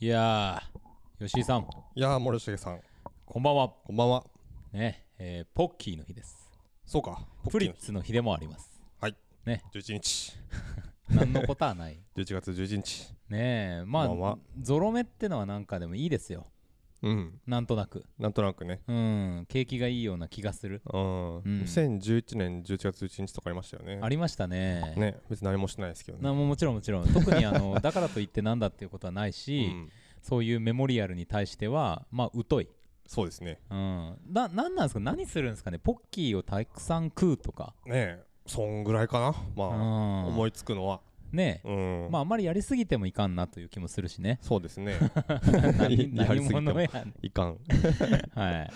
いやー、吉井さん、いやー、森重さん、こんばんは。こんばんは。ね、えーポッキーの日です。そうか、プリッツの日でもあります。 11日、何のことは ない。 11月11日。ねえ、まあ、こんばんはゾロ目ってのはなんかでもいいですよ。うん、なんとなく。なんとなくね。うん、景気がいいような気がする。うん、2011年11月11日とかありましたよね。ありましたね。ね、別に何もしてないですけどね。なももちろんもちろん特にあの だからといってなんだっていうことはないうし、ん、そういうメモリアルに対してはまあ疎い、そうですね。うん、ななんなんですか何するんですかねポッキーをたくさん食うとか、ねえ、そんぐらいかな、うんまあ、、思いつくのは。ねえ、うん、まああまりやりすぎてもいかんなという気もするしねそうですね。 何 や何りすぎても者やねんいかん。はい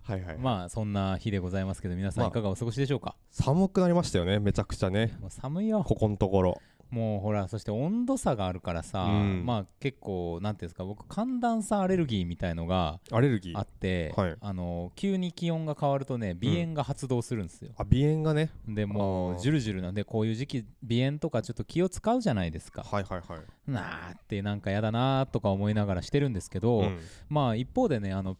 はいはい。まあそんな日でございますけど皆さんまあいかがお過ごしでしょうか、寒くなりましたよね、めちゃくちゃね。もう寒いよここのところ。もうほらそして温度差があるからさ、うんまあ結構なんていうんですか僕寒暖差アレルギーみたいのがアレルギー。ああって、はいあの急に気温が変わるとね鼻炎が発動するんですよ、鼻炎がね。でもあうージュルジュルなんでこういう時期鼻炎とかちょっと気を使うじゃないですかはいはいはい。なあってなんかやだなーとか思いながらしてるんですけど、うんまあ一方でねあの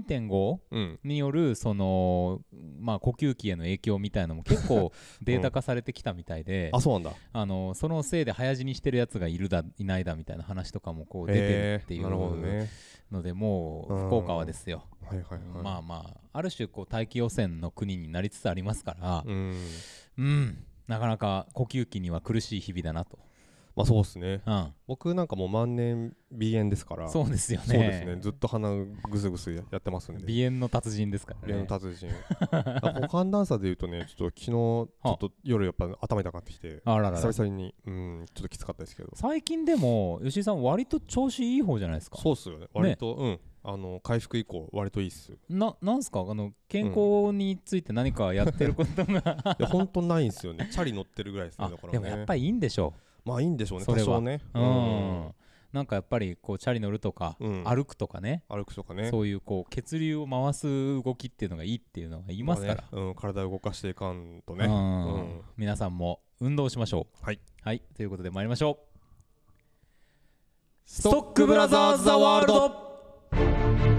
PM2.5 うん。によるそのまあ呼吸器への影響みたいのも結 構データ化されてきたみたいで、あ、そうなんだ。あのそのせいで早死にしてるやつがいるだいないだみたいな話とかもこう出てるっていえーなるほどうね。のでもう福岡はですよ、はいはいはい。まあまあある種こう大気汚染の国になりつつありますからうん。うん、なかなか呼吸器には苦しい日々だなと、まあそうですね。う僕なんかもう万年鼻炎ですから。ん、そうですよねそうですね。ずっと鼻ぐすぐすやってますんで。鼻炎の達人ですからね鼻炎 の達人。あ股間段差で言うとね、ちょっと昨日、ちょっと夜やっぱ頭痛くなってきて、あららら久々に、うん、ちょっときつかったですけど。最近でも吉井さん割と調子いい方じゃないですかそうっすよね。割と、うん。あの、回復以降、割といいっす。いななんすかあの健康について何かやってることが、や、ほんとないんすよね。 チャリ乗ってるぐらいですね。あだからね。でもやっぱりいいんでしょまあいいんでしょうね、そ多れは少ね。う、うんなんかやっぱりこうチャリ乗るとか、うん歩くとかね歩くとかね。そういうこう血流を回す動きっていうのがいいっていうのが言いますから、あねうん、体を動かしていかんとね。うんうん皆さんも運動しましょうはい、ということで参りましょうスストックブラザーズ・ザ・ワールド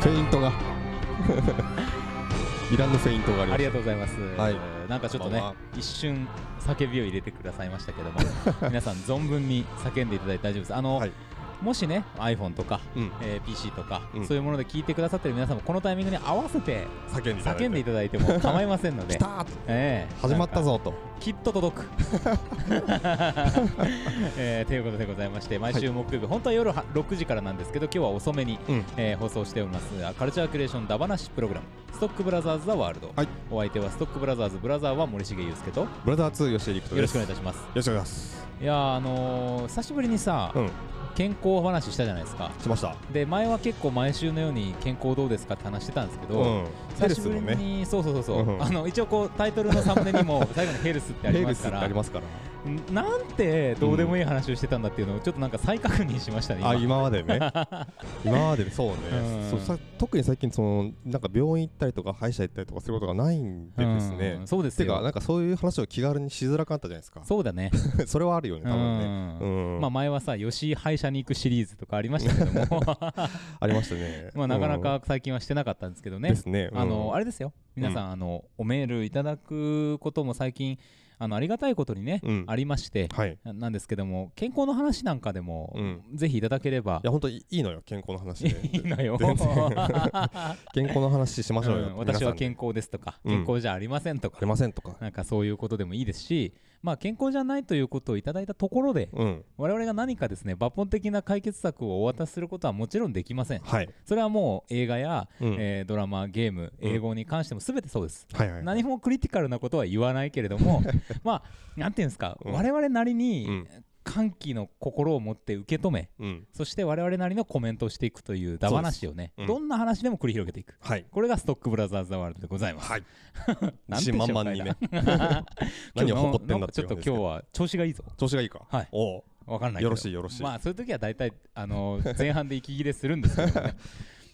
フェイントが いらんのフェイントがありあまりしがとうございます、はいなんかちょっとね、こんばんは一瞬叫びを入れてくださいましたけど も皆さん存分に叫んでいただいて大丈夫ですあたの、はい、もしね iPhone とか、うん、えー PC とか、うんそういうもので聞いてくださってる皆さんもこのタイミングに合わせて叫んでいただいて叫んでいただいても構いませんので来たーと ええ始まったぞときっと届く、 えーということでございまして毎週木曜日、本当は夜は6時からなんですけど今日は遅めに、うんえー放送しておりますカルチャークリエーションダバナシプログラムストックブラザーズ・ザ・ワールド、はいお相手はストックブラザーズ・ブラザーは森重裕介とよブラザー2吉江陸斗ろでしくすお願よいいたしますろしくお願いしますいやーあのー久しぶりにさ、うん健康話したじゃないですかしましたで前は結構毎週のように健康どうですかって話してたんですけど、うんヘル久しスぶりのに、ねそうそうそうそう、うんあの一応こうタイトルのサムネに も最後にヘルスってありヘまルすスっかてらありますからんなんてどうでもいい話をしてたんだっていうのをちょっとなんか再確認しましたね今あ今まで ね今までそうねうんそうさ特に最近そのなんか病院行ったりとか歯医者行ったりとかすることがないんでですねうんそうですてかなよんかそういう話を気軽にしづらかったじゃないですか そうだねそれはある よね多分ねうんうんまあ前はさ吉井歯医者に行くシリーズとかありましたけどもありましたね まあなかなうんか最近はしてなかったんですけどねですねあのあれれですよ皆さん、あのおメールいただくことも最近あのありがたいことにね、うんありましてはいいななんですけども健康の話なんかでも、うんぜひいただければや本当いいのよ健康の話 でいいのよ全然健康の話しましょうようん私は健康康ですとか、うん健康じゃありませんとかあり、ませんとかなんかそういうことでもいいですし、まあ、健康じゃないということをいただいたところで、うん我々が何かですね抜本的な解決策をお渡しすることはもちろんできません。はいそれはもう映画や、うんえードラマ、ゲーム、うん英語に関しても全てそうです。はいはい何もクリティカルなことは言わないけれど も、まあ、なんていうんですか、うん我々なりうにん歓喜の心を持って受け止め、うんそして我々なりのコメントをしていくというダ話をね、そうですうんどんな話でも繰り広げていく。はいこれがストックブラザーズ・ザ・ワールドでございます。はいなん自て信満々にね 今日何を誇ってんだってちいょうっと今日話ですは調子がいいぞ。調子がいいかはいおうわかんないけど。よろしいよろしい まあそういう時は大体あのー前半で息切れするんですけどね。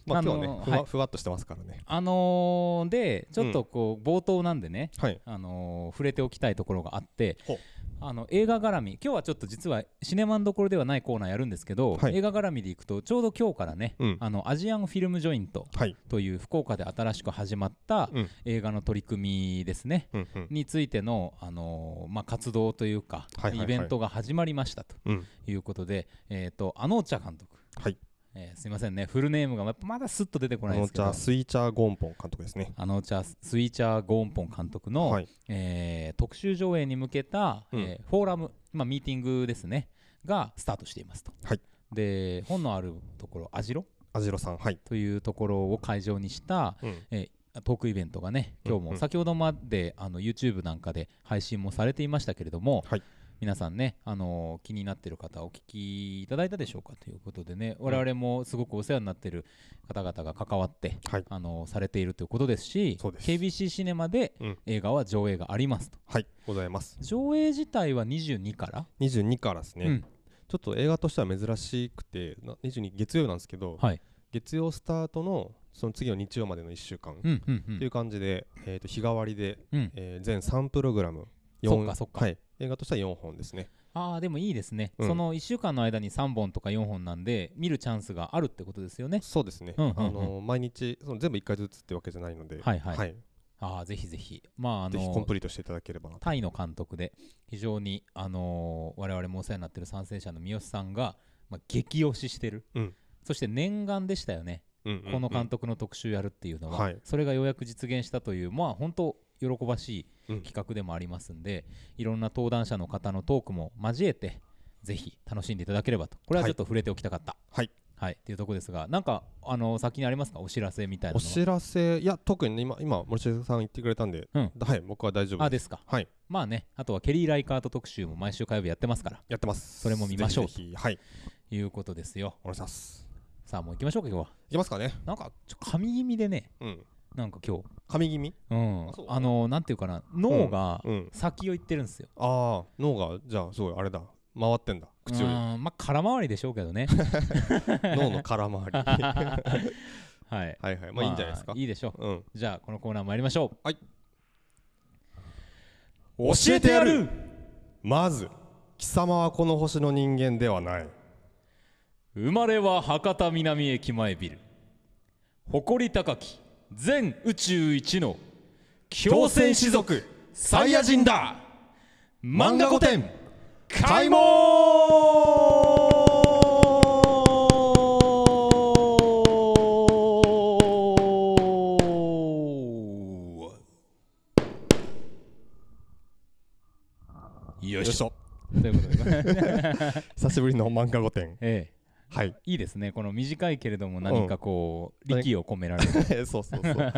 まああ今の日ははねふわいふわっとしてますからねあのーでちょっとこう冒頭なんでね、はいあのー触れておきたいところがあってほうあの映画絡み今日はちょっと実はシネマンどころではないコーナーやるんですけど、はい映画絡みでいくとちょうど今日からね、うんあのアジアンフィルムジョイントはいという福岡で新しく始まったうん映画の取り組みですね、うんうんについての、あのーまあ、活動というか、はいはいはいイベントが始まりましたとうんいうことで、えー、とアノーチャ監督、はいえーすいませんねフルネームがやっぱまだスッと出てこあないでのすけじどゃあスイチャーゴンポン監督ですねアノーチャスイーチャー・ゴーンポン監督の、はいえー特集上映に向けた、うんえーフォーラム、まあ、ミーティングですねがスタートしていますと、はいで本のあるところアジロアジロさんはいというところを会場にした、うんえートークイベントがね今日うんうもん先ほどまであの YouTube なんかで配信もされていましたけれども、はい皆さんね、あのー気になっている方お聞きいただいたでしょうかということでね我々もすごくお世話になっている方々が関わって、はいあのされているということですしそうです KBC シネマでうん映画は上映がありますとはいございます上映自体は22から、 22からですね、うんちょっと映画としては珍しくてな22月曜なんですけど、はい月曜スタートのその次の日曜までの1週間うんうんうとんいう感じで、えー、と日替わりで、うんえー全3プログラムそっかそっかはい、映画としては4本ですねああでもいいですね、うんその1週間の間に3本とか4本なんで見るチャンスがあるってことですよねそうですね、うんうんうんあのー毎日その全部1回ずつってわけじゃないので、はいはいはいああぜひぜひまああぜひコンのプリートしていただければなとタイの監督で非常にあのー我々もお世話になってる参戦者の三好さんが、まあ、激推ししてる、うんそして念願でしたよねうんうんうんこの監督の特集やるっていうのは、はいそれがようやく実現したというまあ本当喜ばしういん企画でもありますんで、いろんな登壇者の方のトークも交えてぜひ楽しんでいただければとこれはちはいょっと触れておきたかったはいはいっていうとこですがなんかあの先にありますかお知らせみたいなおのは知らせいや特にね今今森重さん言ってくれたんで、うんはい僕は大丈夫あでですすかはいまあねあとはケリー・ライカート特集も毎週火曜日やってますからやってますそれも見ましょうぜひぜひはいいうことですよお願いしますさあもう行きましょうか今日はいきますかねなんかちょ神気味でねうんなんか今日神気味うんあそうあのなんていうかな脳がうん先を行ってるんですよああ脳がじゃあすごいあれだ回ってんだ口ようりーんまあ空回りでしょうけどね脳の空 回りははいいはい まあいいんじゃないですかいいでしょうんうじゃあこのコーナー参りましょうはい教えてやるまず貴様はこの星の人間ではない生まれは博多南駅前ビル誇り高き全宇宙一の強戦士族族サイヤ人だ漫画御殿開門よよいいししょょということで、久しぶりの漫画御殿 ええ、はい いいですねこの短いけれども何かこう、力を込められるそうそうそう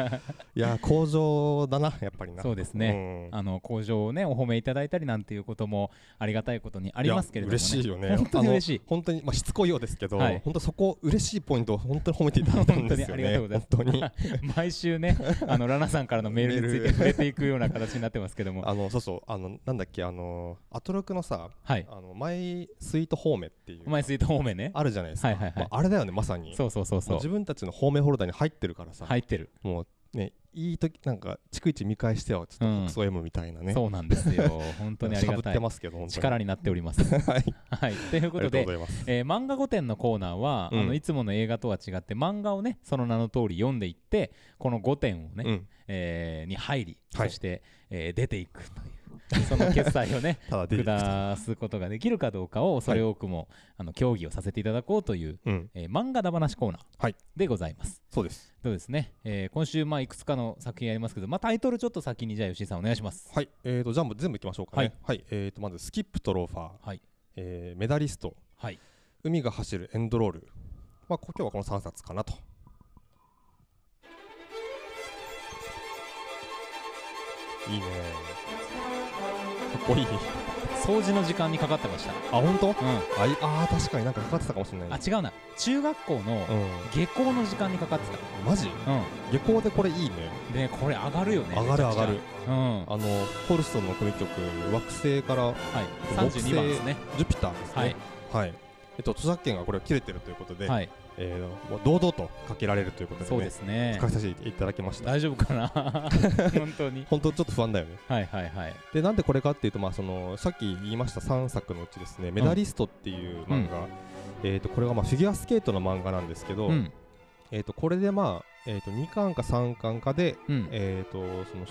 いや工場だなやっぱりなそうですね、うんあの工場をねお褒めいただいたりなんていうこともありがたいことにありますけれども、ね、いや嬉しいよね本当に嬉しいあの本当にまあしつこいようですけど、はい本当そこ嬉しいポイントを本当に褒めていただいたんですよね本当にありが本当 に毎週 ねあのラナさんからのメールについメーてル触れていくような形になってますけどもあのそうそうあのなんだっけあのアトロクのさはいあのマイスイートホーメっていうお前スイート方面ねあるじゃないですか、はいはいはいまあ、あれだよねまさにそうそうそうもそう自う分たちのホーメフォルダに入ってるからさ、入ってる、もうねいい時なんか逐一見返してはちょっうんとクソ M みたいなね、そうなんですよ本当にありしゃがぶったていますけど本当に力になっております はいはいということありがとうでございますえー漫画御殿のコーナーは、うんあのいつもの映画とは違って漫画をねその名の通り読んでいってこの御殿をね、うん、えーに入り、はいそして、えー出ていくというその決済をねた だ出てきた、下すことができるかどうかをそれ多くも、あの協議をさせていただこうという、うん、えー漫画だ話コーナはーいでございます。そうですそうですね、えー今週、まあ、いくつかの作品ありますけど、まあ、タイトルちょっと先にじゃあ吉井さんお願いします。はいえー、とじゃあもう全部いきましょうかねはい、えー、とまずスキップとローファー、はいえーメダリストはい、海が走るエンドロールまあこ今日はこの3冊かなといいねかっこいい掃除の時間にかかってました。あ本当うあいあー確かになんかかかってたかもしれん、あない違うな中学校のう下校の時間にかかってんマジた、うん下校でこれいいねでねこれ上がるよね上がる上がる、うんあのホルストンの組曲惑星からはい、32番ですねジュピターですねはい、はいえっと著作権がこれは切れてるということで、はいえーもう堂々とかけられるということで,、ねそうですね書かせていただきました大丈夫かな本当に 本当ちょっと不安だよねはいはいはいでなんでこれかっていうと、まあ、そのさっき言いました3作のうちですね「メダリスト」っていう漫画、えー、とこれがまあフィギュアスケートの漫画なんですけど、うんえー、とこれで、まあえー、と2巻か3巻かで、うんえー、とその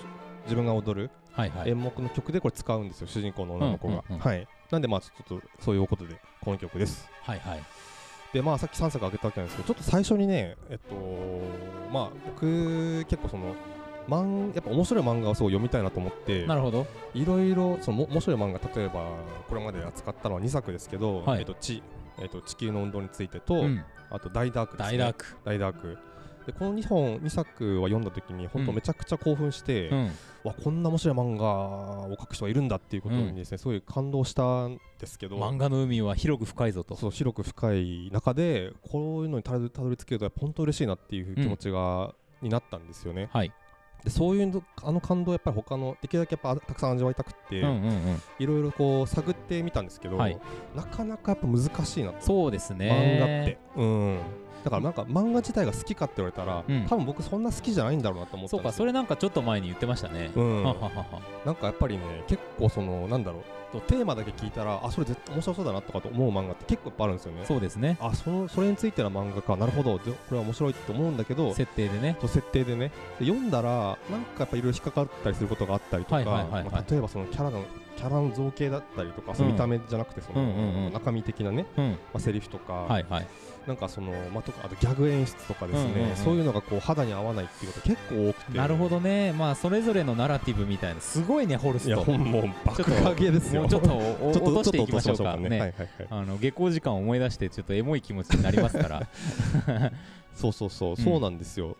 自分が踊るはいはい演目の曲でこれ使うんですよ、主人公の女の子が。うんうんうんはい、なんで、まあ、ちょっとそういうことでこの曲です。はいはいでまあ、さっき3作挙げたわけなんですけどちょっと最初にね、えっとまあ、僕結構その漫やっぱ面白い漫画をすごい読みたいなと思ってなるほどいろいろそのも面白い漫画例えばこれまで扱ったのは2作ですけど「はいえっと地えっと地球の運動についてと」うんあと「大ダーク」です、ね、大ラーク大ダークでこの2本2作は読んだ時に本当うんめちゃくちゃ興奮して、うんわこんな面白い漫画を描く人がいるんだっていうことにですね、すごい感動したんですけど漫画の海は広く深いぞとそう広く深い中でこういうのにたどたどり着けるとやっぱ本当嬉しいなっていう気持ちが、になったんですよねはいでそういうのあの感動をやっぱり他のできるだけやっぱたくさん味わいたくって、うんうんうんいろいろこう探ってみたんですけど、はいなかなかやっぱ難しいなと、そうですね漫画ってうんだからなんか漫画自体が好きかって言われたら、うん多分僕そんな好きじゃないんだろうなと思ったそんうでかすそれなんかちょっと前に言ってましたねう、ん、ははははなんかやっぱりね結構そのなんだろうテーマだけ聞いたらあそれ絶対面白そうだなとかと思う漫画って結構いっぱいあるんですよねそうですねあそのそれについての漫画かなるほどでこれは面白いと思うんだけど設定でねと設定でねで読んだらなんかやっぱいろいろ引っかかったりすることがあったりとかはいはいはいはいまあ例えばそのキャラのキャラの造形だったりとか、そういう見た目じゃなくてその、うんうんうん中身的なね、うんまあ、セリフとか、はいはいなんかその、まあ、とかあとギャグ演出とかですね、うんうんうんそういうのがこう肌に合わないっていうこと結構多くてなるほどねまあそれぞれのナラティブみたいなすごいねホルスいやトほんもう爆上げですよもうちょっとお ちょっと落としていきましょうちょっかと落としましょうかね、ねはいはいはいあの下校時間を思い出してちょっとエモい気持ちになりますから そうそうそう、んそうなんですよ。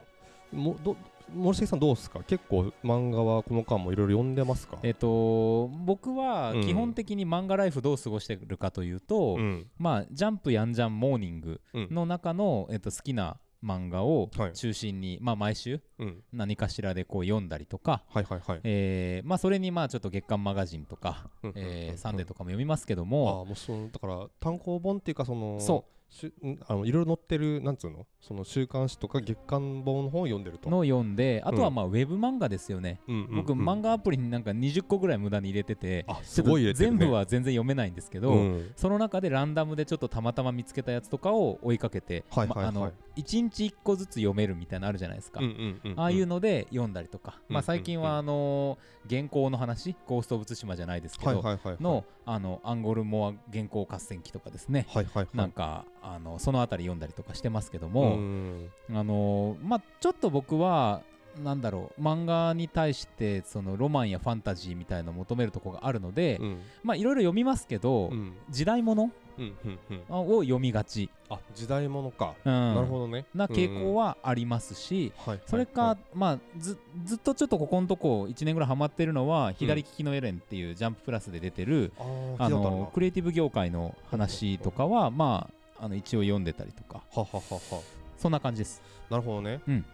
もど森重さんどうですか結構漫画はこの間もいろいろ読んでますかえっと僕はうん基本的に漫画ライフどう過ごしてるかというと、うんまあ「ジャンプやんじゃんモーニングうん」の中の、えっと、好きな漫画をはい中心に、まあ毎週うん、何かしらでこう読んだりとか、はいはいはい。えーまあそれにまあちょっと月刊マガジンとか、うんうんうんえうーんサンデーとかも読みますけどあもーもうそのだから単行本っていうかそのそしゅんあのいろいろ載ってるなんつうのその週刊誌とか月刊本の本を読んでると。の読んであとはうんまあウェブ漫画ですよね、うんうん僕漫画アプリになんか20個ぐらい無駄に入れててあちすょっとごい入れてる、ね、全部は全然読めないんですけど、うんその中でランダムでちょっとたまたま見つけたやつとかを追いかけて、はいはいはいまあの1日1個ずつ読めるみたいなのあるじゃないですか、うんうんうんうんああいうので読んだりとか、うんまあ、最近うんはあのー原稿の話「ゴースト・オブ・ツシマ」じゃないですけど、はいはいはいはいのあのアンゴルモア原稿合戦記とかですね、はいはいはいなんかあのそのあたり読んだりとかしてますけどうも、んあのーまあちょっと僕はなんだろう漫画に対してそのロマンやファンタジーみたいのを求めるとこがあるので、うんまあいろいろ読みますけど、うん時代物うんうんうんを読みがち、あ時代ものか、うんなるほどね。な傾向は、はありますし、はいはいはいそれか、まあ、ずずっとちょっとここのとこ1年ぐらいハマってるのは「左利きのエレン」っていう「ジャンププラス」で出てる、あー聞あいたことあるなのクリエイティブ業界の話とかは、まあ、あの一応読んでたりとかははははそんな感じです。なるほどね、うん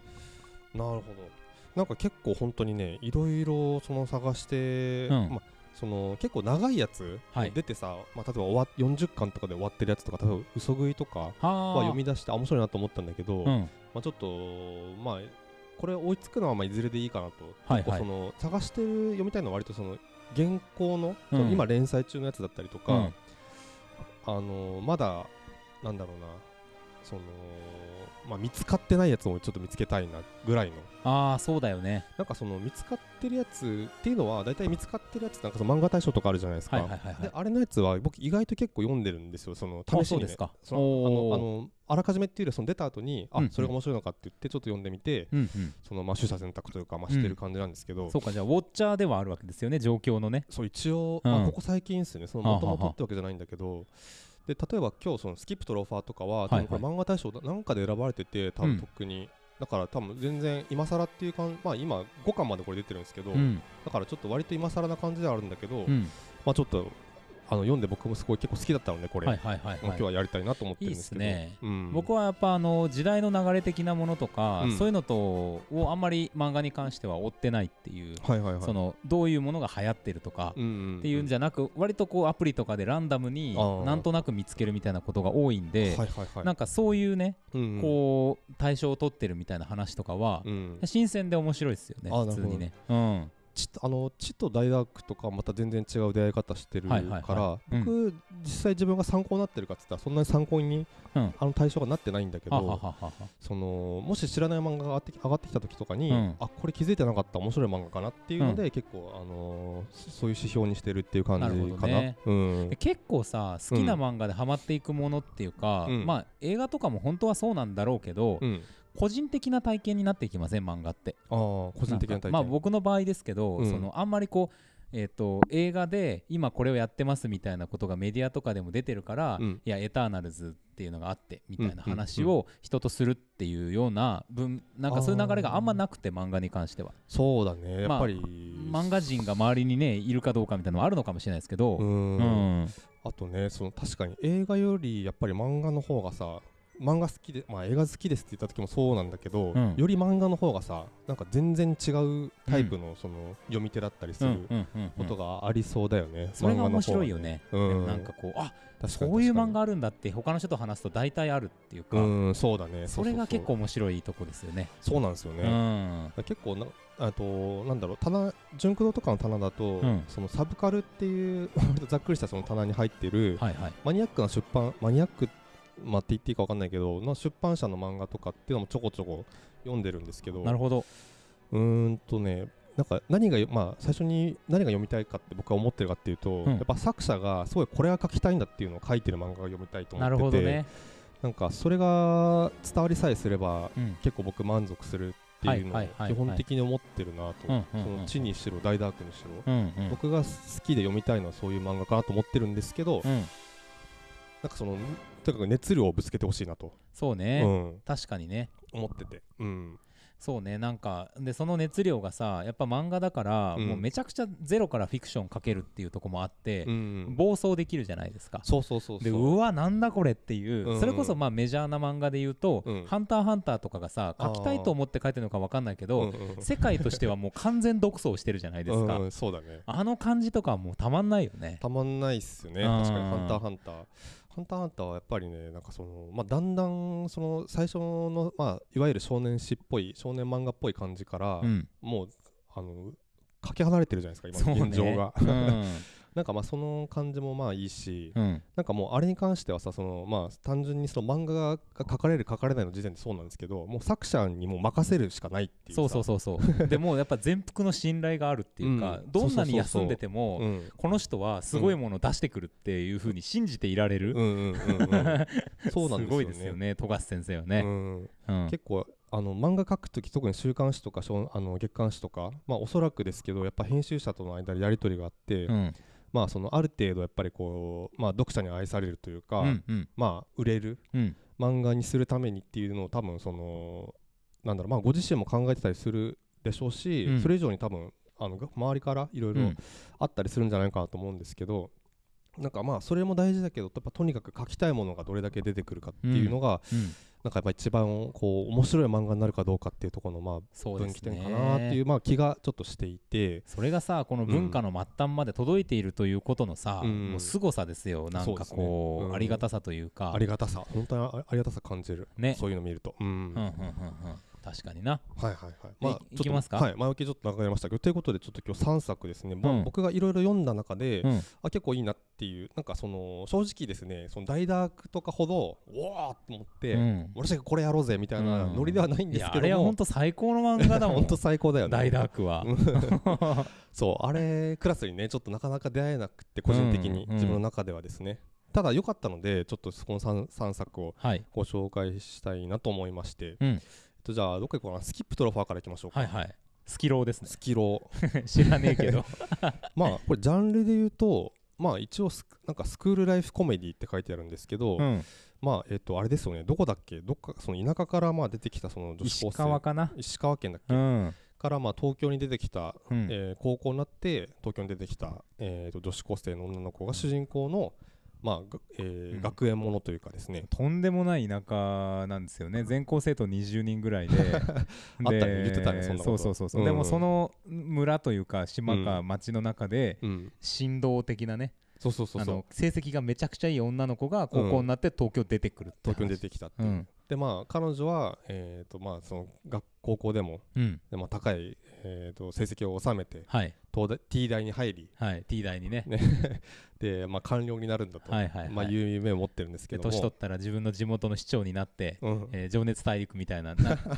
なるほどなんか結構本当にねいろいろその探して、うんま、その結構長いやつ、はい出てさ、まあ、例えば終わ40巻とかで終わってるやつとか例えば嘘食いとかはは読み出してあ面白いなと思ったんだけど、うまん、あ、ちょっとまあこれ追いつくのはまあいずれでいいかなと、はいこうはいそ。の探してる読みたいのは割とその原稿の,、うんその今連載中のやつだったりとか、うんあのまだなんだろうなそのまあ見つかってないやつをちょっと見つけたいなぐらいのああそうだよね。なんかその見つかってるやつっていうのは大体見つかってるやつなんかその漫画大賞とかあるじゃないですか、はいはいはいはいで。あれのやつは僕意外と結構読んでるんですよそのあ試しそうに、でね、すか。そのおーあのあのあらかじめっていうよりはその出た後にあ、うんうんそれが面白いのかって言ってちょっと読んでみてうんうんそのまあ取捨選択というかまあしてる感じなんですけど、そうかじゃあウォッチャーではあるわけですよね状況のね。そう一応、うんまあ、ここ最近ですよねそのはあはもあともとってわけじゃないんだけどで例えば今日そのスキップとローファーとかは多はいはい分これ漫画大賞だなんかで選ばれてて多うん分とっくに、だから多分全然今更っていう感まあ今5巻までこれ出てるんですけど、うんだからちょっと割と今更な感じではあるんだけど、うんまあちょっとあの読んで僕もすごい結構好きだったのでこれ、はいはいはい、もうは今日い、はやりたいなと思ってるんですけどいいっすねうん、僕はやっぱあの時代の流れ的なものとか、うんそういうのとをあんまり漫画に関しては追ってないっていう、はいはいはいそのどういうものが流行ってるとか、っっていうんじゃゃなく割とこうアプリとかでランダムにあーなんとなく見つけるみたいなことが多いんで、はいはいはいなんかそういうね、うんうんこう対象を取ってるみたいな話とかは、うん新鮮で面白いですよねあー普通にね、うん、ちあの地と大学とかまた全然違う出会い方してるかはいら、はいはいうん僕実際自分が参考になってるかって言ったらそんなに参考に、うんあの対象がなってないんだけどはははははそのもし知らない漫画が上がってき上がってきた時とかに、うんあこれ気づいてなかった面白い漫画かなっていうので、結構、あのーそういう指標にしてるっていう感なじるほどかな。ねうんで結構さ好きな漫画でハマっていくものっていうか、うんまあ映画とかも本当はそうなんだろうけど、うん、個人的な体験になっていきません漫画ってああ個人的な体んか験まあ僕の場合ですけど、うんそのあんまりこうえっ、と映画で今これをやってますみたいなことがメディアとかでも出てるから、うんいやエターナルズっていうのがあってみたいな話うんうんを人とするっていうような分なんかそういう流れがあんまなくて漫画に関してはそうだねやっぱり、漫画人が周りにねいるかどうかみたいなのもあるのかもしれないですけど、うんうんあとねその確かに映画よりやっぱり漫画の方がさ漫画好きで、まあ、映画好きですって言った時もそうなんだけど、うんより漫画の方がさなんか全然違うタイプのその読み手だったりすうんるうんうんうこんとがありそうだよね、それが漫画面の方白はいよね。うんでもなんかこうあ確かにそういう漫確か画あるんだって他の人と話すと大体あるっていうにか、うんそうだねそれがうう結う構面白いとこですよね。そうなんですよね、うだかんら結構なあとなんだろう棚純駆動とかの棚だと、うんそのサブカルっていう 割とざっくりしたその棚に入ってる、はいはい。マニアックな出版マニアック、まあ、って言っていいか分かんないけどな出版社の漫画とかっていうのもちょこちょこ読んでるんですけどなるほど。うーんとねなんか何が、まあ、最初に何が読みたいかって僕は思ってるかっていうと、うんやっぱ作者がすごいこれは書きたいんだっていうのを書いてる漫画が読みたいと思なってるてほどね。なんかそれが伝わりさえすればうん。結構僕満足するっていうのはいはいはをいはい基本的に思ってるなと、うんうんうんその地にしろ大ダークにしろ、うん僕が好きで読みたいのはそういう漫画かなと思ってるんですけど、うん。うん。なんかそのとにかく熱量をぶつけてほしいなと、そうね。うん、確かにね。思ってて、うん、そうね。なんか、で、その熱量がさ、やっぱ漫画だから、うんもうめちゃくちゃゼロからフィクションかけるっていうとこもあって、うん暴走できるじゃないですか。そうそうそうそうでうわなんだこれっていう、うんそれこそまあメジャーな漫画で言うと「うんハンターハンター」とかがさ書きたいと思って書いてるのか分かんないけど、んんん世界としてはもう完全独走してるじゃないですか、うんうんそうだねあの感じとかはもうたまんないよねたまんないっすよねうん確かに「ハンターハンター」「ハンターハンター」はやっぱりねなんかその、まあ、だんだんその最初の、まあ、いわゆる少年誌っぽい少年漫画っぽい感じから、うんもうあのかけ離れてるじゃないですかそう今ね現状が、うんなんかまあその感じもまあいいし、 うんなんかもうあれに関してはさそのまあ単純にその漫画が書かれる書かれないの時点でそうなんですけどもう作者にもう任せるしかないっていうそうそうそうそうでもうやっぱ全幅の信頼があるっていうか、うんどんなにそうそうそうそう休んでてもううんこの人はすごいものを出してくるっていうふうに信じていられる、うんうんうんうん そうなすんですよねごいですよね富樫先生はうね、んうん結構あの漫画書くとき特に週刊誌とかしょあの月刊誌とかまあおそらくですけどやっぱ編集者との間でやり取りがあって、うんまあそのある程度やっぱりこうまあ読者に愛されるというか、うんうんまあ売れるうん漫画にするためにっていうのを多分そのなんだろうまあご自身も考えてたりするでしょうし、うんそれ以上に多分あのが周りからいろいろあったりするんじゃないかなと思うんですけど、なんかまあそれも大事だけどやっぱとにかく書きたいものがどれだけ出てくるかっていうのが、うんなんかやっぱ一番こう面白い漫画になるかどうかっていうところのまあそうで分す岐ね点かなっていうまあ気がちょっとしていて。それがさこの文化の末端まで届いているということのさ、うんもう凄さですよなんそうでかすねこううんありがたさというかありがたさ本当にあありがたさ感じる、ねそういうの見ると、うんうんうんはうんいうん確かになはいはいまあいちょっといきますかはい前置きちょっと長くなりましたけどということでちょっと今日3作ですね、まあうん僕がいろいろ読んだ中で、うんあ結構いいなっていうなんかその正直ですねその大ダークとかほどおおと思って、うん俺たちがこれやろうぜみたいなノリではないんですやけあれどはも、本当最高の漫画だも本ん当最高だよね大ダーク はうんそうあれクラスにねちょっとなかなか出会えなくて個人的にうん自分の中ではですね、ただ良かったのでちょっとこの 3, 三作をはいご紹介したいなと思いまして、うんえっと、じゃあどっか行こうかなスキップトロファーからいきましょうか、はいはいスキローです ねスキロー知らねえけどまあこれジャンルで言うとまあ一応スクなんかスクールライフコメディって書いてあるんですけど、うんまあえっとあれですよねどこだっけどっかその田舎からまあ出てきたその女子石高生川かな石川県だっけうんからまあ東京に出てきた、うんえー高校になって東京に出てきた、えー、と女子高生の女の子が主人公の、まあがえーうん学園ものというかですね、とんでもない田舎なんですよね全校生徒20人ぐら いでであったね言ってたねそんなことうそうそうそう、うんでもその村というか島かう町の中でうん、振動的なね、そうそうそうあそうの成績がめちゃくちゃいい女の子が高校になって東京出てくるって話東京に出てきたってういう、んでまあ彼女は、えーとまあ、その学高校でも、うんでまあ、高い、えー、と成績を収めてはい東大 T 大に入りはい T 大にねで、まあ、官僚になるんだと、はいはいはいまあ、いう夢を持ってるんですけでども年取ったら自分の地元の市長になって、うんえー情熱大陸みたいな ななんか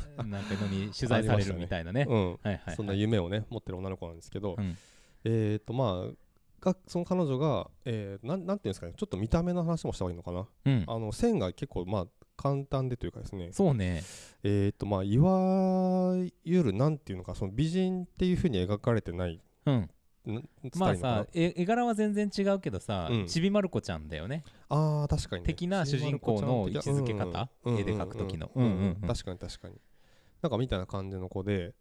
のに取材されるみたいなねうんはいはいはいそんな夢をね持ってる女の子なんですけど、うんえっ、とまあがその彼女が、えー、なんなんていうんですかねちょっと見た目の話もした方がいいのかな、うんあの線が結構まあ簡単でというかですねそうねえっ、とまあいわゆるなんていうのかその美人っていうふうに描かれてないうんなん伝まえあるのかなさえ絵柄は全然違うけどさ、うんちびまる子ちゃんだよねあー確かに、ね、的な主人公の位置づけ方うんうん絵で描く時のうんうんうんうんうん確かに確かになんかみたいな感じの子で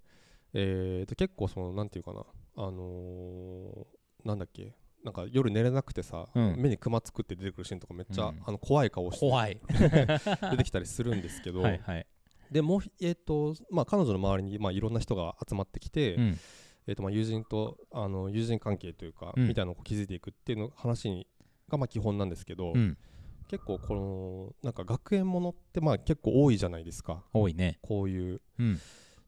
えー、と結構そのなんていうかなあのー、なんだっけなんか夜寝れなくてさ、うん目にクマつくって出てくるシーンとかめっちゃ、うんあの怖い顔して怖い出てきたりするんですけ どはいはい、でもうひえっ、とまあ彼女の周りにまあいろんな人が集まってきて、うんえー、とまあ友人とあの友人関係というか、うんみたいなのをこう築いていくっていうの話にがまあ基本なんですけど、うん、結構このなんか学園ものってまあ結構多いじゃないですか多いねこういううん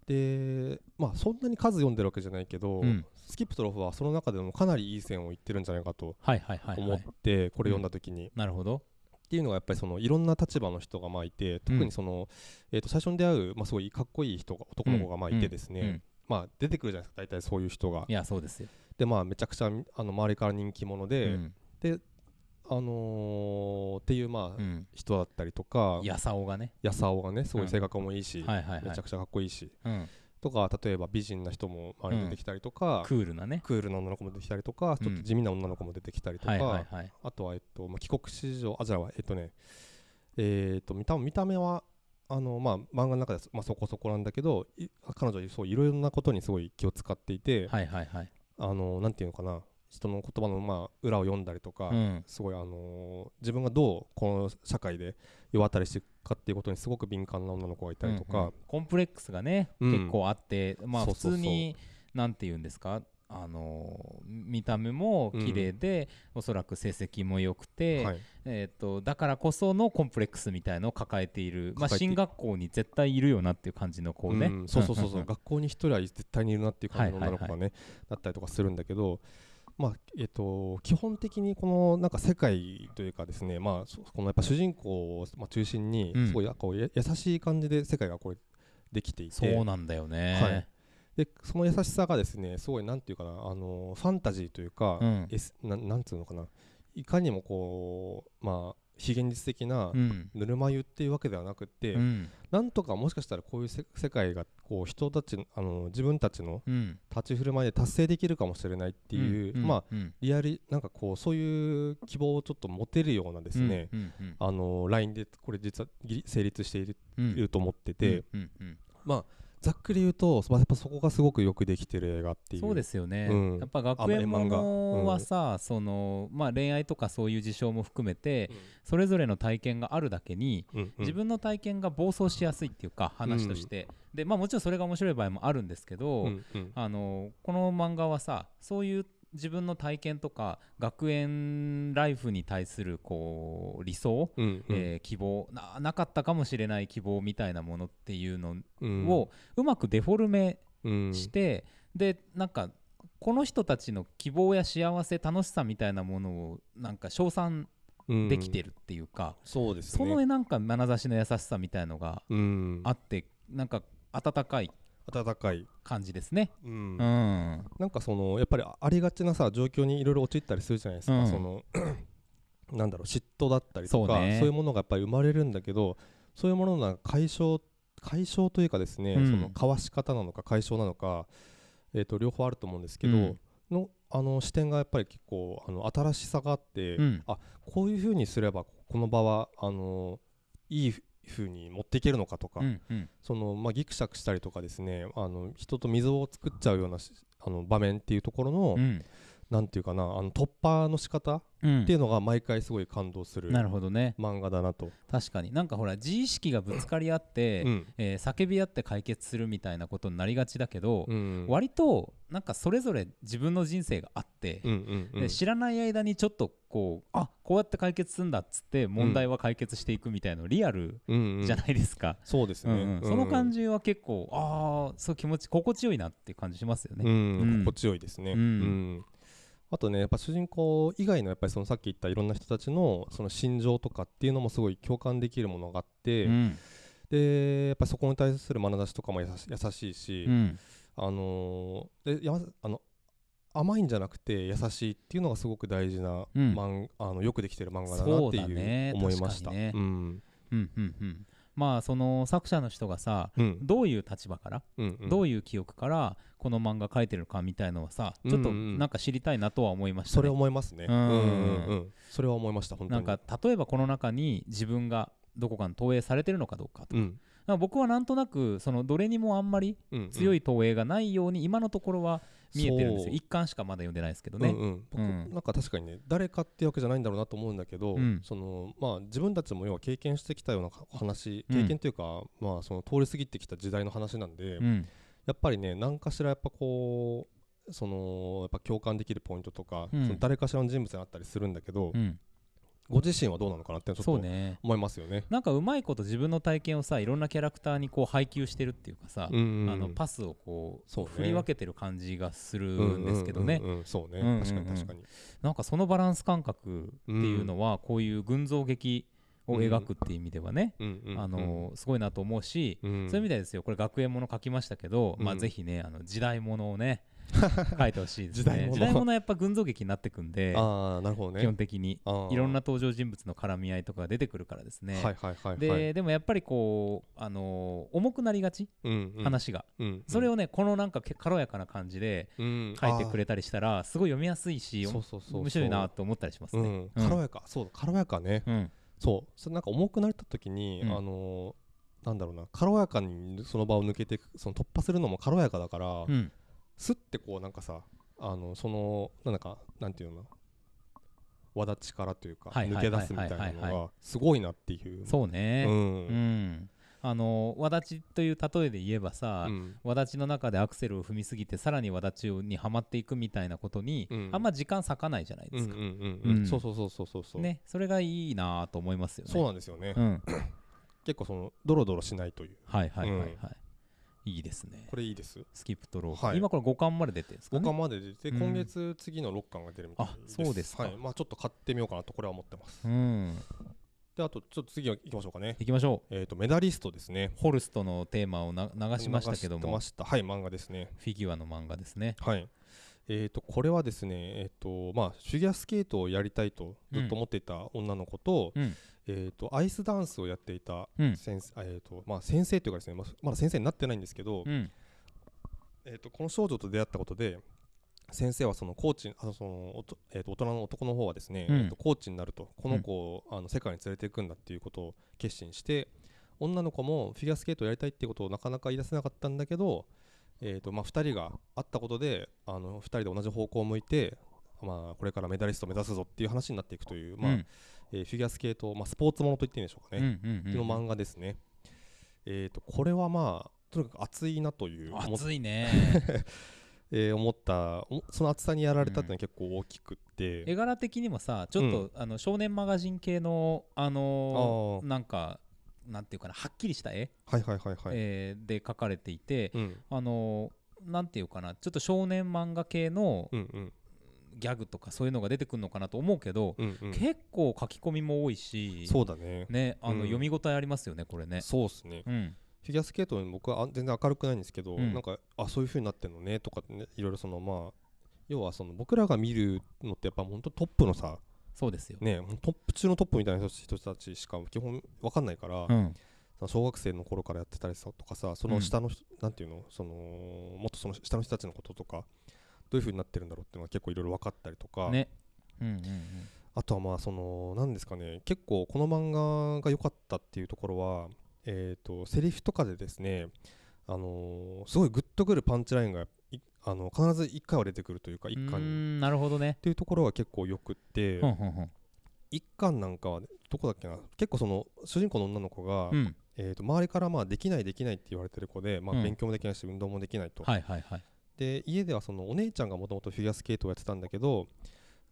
でまあそんなに数読んでるわけじゃないけど、うんスキップとロフはその中でもかなりいい線を言ってるんじゃないかとはいはいはい、思はっい、てこれ読んだ時に、っなるほどていうのがやっぱりそのいろんな立場の人がまあいて特にその、えー、と最初に出会う、まあ、すごいかっこいい人が男の子がまあいてですね、うんうんまあ出てくるじゃないですか大体そういう人がいやそうですよ、でまあめちゃくちゃあの周りから人気者で、うんあのーっていうまうあ、ん人だったりとかやさおがねやさおがねすごういん性格もいいし、はいはいはめいちゃくちゃかっこいいしうん、とか例えば美人な人も周りに出てきたりとか、クールなねクールな女の子も出てきたりとか、うんちょっと地味な女の子も出てきたりとか、はいはいはいあとは、えっとまあ、帰国子女あじゃあえっとねえっと見た見た目はあの、まあ、漫画の中では、まあ、そこそこなんだけどい彼女はそういろいろなことにすごい気を使っていて、はいはいはいあのなんていうのかな人の言葉の、まあ、裏を読んだりとか、うんすごい、あのー自分がどうこの社会で世渡りしていくかっていうことにすごく敏感な女の子がいたりとうんうかん、コンプレックスがね、うん結構あってまあ普そうそうそう通になんて言うんですかあのー見た目も綺麗で、おそらく成績も良くて、はい、えー、とだからこそのコンプレックスみたいのを抱えている、まあ、抱えてい進学校に絶対いるよなっていう感じの子ね、うんそうそうそうそう、んんん学校に一人は絶対にいるなっていう感じのはい女はいのは子いがね、だったりとかするんだけどまあえっ、と基本的にこのなんか世界というかですねまあそこのやっぱ主人公をまあ中心にうんすごいなんかこうや優しい感じで世界がこれできていてそうなんだよね、でその優しさがですねすごいなんていうかなあのファンタジーというか、うん S なんなんつうのかないかにもこうまあ非現実的なうんぬるま湯っていうわけではなくって、うんなんとかもしかしたらこういうせ世界がこう人たちのあの自分たちのうん、っ立ち振る舞いで達成できるかもしれないってていう、まああでリアルなんかこうそういう希望をちょっと持てるようなですね、うんうんあのラインでこれ実はぎり成立している,、うんうんと思ってて、うんうんまあざっくり言うと、まあ、やっぱそこがすごくよくできてる映画っていうそうですよね、うんやっぱ学園もあの漫画はさ、そのまあ、恋愛とかそういう事象も含めて、うんそれぞれの体験があるだけに、うんうん自分の体験が暴走しやすいっていうか話として、でまあ、もちろんそれが面白い場合もあるんですけど、うんうんあのこの漫画はさそういう自分の体験とか学園ライフに対するこう理想、うんうんえー希望ななかったかもしれない希望みたいなものっていうのうんをうまくデフォルメうんして、でなんかこの人たちの希望や幸せ楽しさみたいなものをなんか称賛うんできてるっていうか、そうですそのね絵なんか眼差しの優しさみたいのがうんあって、なんか温かい温かい、感じですね。うんうん、なんかそのやっぱりあありがちなさ状況にいろいろ陥ったりするじゃないですか、うんその なんだろう嫉妬だったりとかそそうう,、ねいうものがやっぱり生まれるんだけどそういうもののなんか解消解消というかですね、うんそのかわし方なのか解消なのか、えー、と両方あると思うんですけど、うんのあの視点がやっぱり結構あの新しさがあって、うんこういうふうにすればこの場はあのいいふうに持っていけるのかとか、うんうんそのまあ、ギクシャクしたりとかですねあの人と溝を作っちゃうようなしあの場面っていうところの、うんなんていうかなあの突破の仕方っうんていうのが毎回すごい感動するなるほどね漫画だなと、確かになんかほら自意識がぶつかり合って、うんえー叫び合って解決するみたいなことになりがちだけど、うん割となんかそれぞれ自分の人生があって、うんうんうんで知らない間にちょっとこうあこうやって解決するんだっつって問題は解決していくみたいのリアルうんうんじゃないですか、そうですうね、んうんその感じ、じは結構ああそう気持ち心地よいなっていう感じしますようね。んうん心地よいですね、うんうんあとねやっぱ主人公以外のやっぱりそのさっき言ったいろんな人たちのその心情とかっていうのもすごい共感できるものがあって、うんでやっぱそこに対する眼差しとかも優し優しいし、うんあのーでやまあの甘いんじゃなくて優しいっていうのがすごく大事な、うん漫あのよくできてる漫画だなってそうだいねう思いまし確た。かにねうんうんうんうんまあその作者の人がさうんどういう立場から、うんうんどういう記憶からこの漫画描いてるかみたいのはさちょっとうんうんうんなんか知りたいなとは思いました、ねそれ思いますね。ううんんうんうんそれは思いました本当なに。んか例えばこの中に自分がどこかに投影されてるのかどうかとか,、うん僕はなんとなくそのどれにもあんまりうんうん強い投影がないように今のところは見えてるんですよそう一巻しかまだ読んでないですけどうんうね、ん僕うんなんか確かにね誰かってわけじゃないんだろうなと思うんだけど、うんそのまあ自分たちも要は経験してきたようなか話うん経験というか、まあその通り過ぎてきた時代の話なんで、うんやっぱりね何かしらやっぱこうそのやっぱ共感できるポイントとか、うんその誰かしらの人物にあったりするんだけど、うんご自身はどうなのかなってちょっそうとね思いますよね。なんかうまいこと自分の体験をさいろんなキャラクターにこう配給してるっていうかさ、うんあのパスをこうそうね振り分けてる感じがするスんですけどね、そうね、うんうんうん確かに確かに。なんかそのバランス感覚っていうのはこういう群像劇を描くっていう意味ではね、うんうんうんあのすごいなと思うし、うんそういう意味ではですよこれ学園もの書きましたけど、まあうんぜひねあの時代ものを ね書いてほしいです時代ね物時代ものはやっぱ群像劇になってくんでああなるほどね。基本的にあーいろんな登場人物の絡み合いとかが出てくるからですね、はいはいはいはい。ででもやっぱりこう、あのー重くなりがち、うんうん、話がうんうんそれをねこのなんかけ軽やかな感じでうん書いてくれたりしたらすごい読みやすいしあーそうそうそうそう面白いなと思ったりしますうね。ん、うん軽やか、そう軽やかね、うんそうそれなんか重くなった時に、うんあのーなんだろうな軽やかにその場を抜けていくその突破するのも軽やかだから、うんすってこうなんかさあのそのなんだかなんていうのわだちからというかはい抜はいけはい出すみたいなはいはいのがすごいなっていうそううね、うんんあのわだちという例えで言えばさ、うんわだちの中でアクセルを踏みすぎてさらにわだちにはまっていくみたいなことに、うんあんま時間割かないじゃないうんうですか、んうんううんんそうそうそうそうそうそうねそれがいいなと思いますよねそうなんですよねうん結構そのドロドロしないというはいはいはいはい、うんいいですねこれいいですスキップとロー、はい今これ5巻まで出てるんですか5ね巻まで出てうん今月次の6巻が出るみたいですあそうですかはいまあちょっと買ってみようかなとこれは思ってますうんであとちょっと次は行きましょうかね行きましょえっとメダリストですねうホルストのテーマをな流しましたけど流してまもフしたはい漫画ですねィギュアの漫画ですねはい。えー、とこれはですね、えーとまあ、フィギュアスケートをやりたいとずっと思っていた女の子と,、うんえー、とアイスダンスをやっていたうん先,、えーとまあ、先生というかですねまあまだ先生になってないんですけど、うんえー、とこの少女と出会ったことで先生はそのコーチあのそのおと、えー、と大人の男の方はですね、うんえー、とコーチになるとこの子を、あの世界に連れていくんだっていうことを決心して女の子もフィギュアスケートをやりたいっていうことをなかなか言い出せなかったんだけど、えーとまあ、2人が会ったことであの2人で同じ方向を向いて、まあ、これからメダリストを目指すぞっていう話になっていくという、まあうんえーフィギュアスケート、まあ、スポーツものと言っていいんでしょうかうんね、うんうんの漫画ですね。えー、とこれはまあとにかく熱いなという思っ熱いねえー思ったおその厚さにやられたってのは結構大きくって、絵柄的にもさちょっと、あの少年マガジン系のあのーあーなんかなんていうかなはっきりした絵、はいはいはいはい、えーで描かれていて、うんあのーなんていうかなちょっと少年漫画系のうんうんギャグとかそういうのが出てくるのかなと思うけど、うんうん結構書き込みも多いしそうだねねあの、うん読み応えありますよねこれね。そうですねうんフィギュアスケートに僕はあ全然明るくないんですけど、うんなんかあそういう風になってんのねとかってねいろいろそのまあ要はその僕らが見るのってやっぱ本当トップのさそうですよ、ねトップ中のトップみたいな人たちしか基本わかんないから、うんその小学生の頃からやってたりさとかさその下の人、なんていうのそのもっとその下の人たちのこととかどういう風になってるんだろうっていうのが結構いろいろ分かったりとか、ねうんうんうんあとはまあその何ですかね結構この漫画が良かったっていうところはえーとセリフとかでですねあのーすごいグッとくるパンチラインがいあの必ず1回は出てくるというかう1ー巻にっんなるほどねていうところは結構よくってふんふんふん1巻なんかはねどこだっけな結構その主人公の女の子がうんえーと周りからまあできないできないって言われてる子でまうあん勉強もできないし運動もできないとはいはいはいで家ではそのお姉ちゃんがもともとフィギュアスケートをやってたんだけど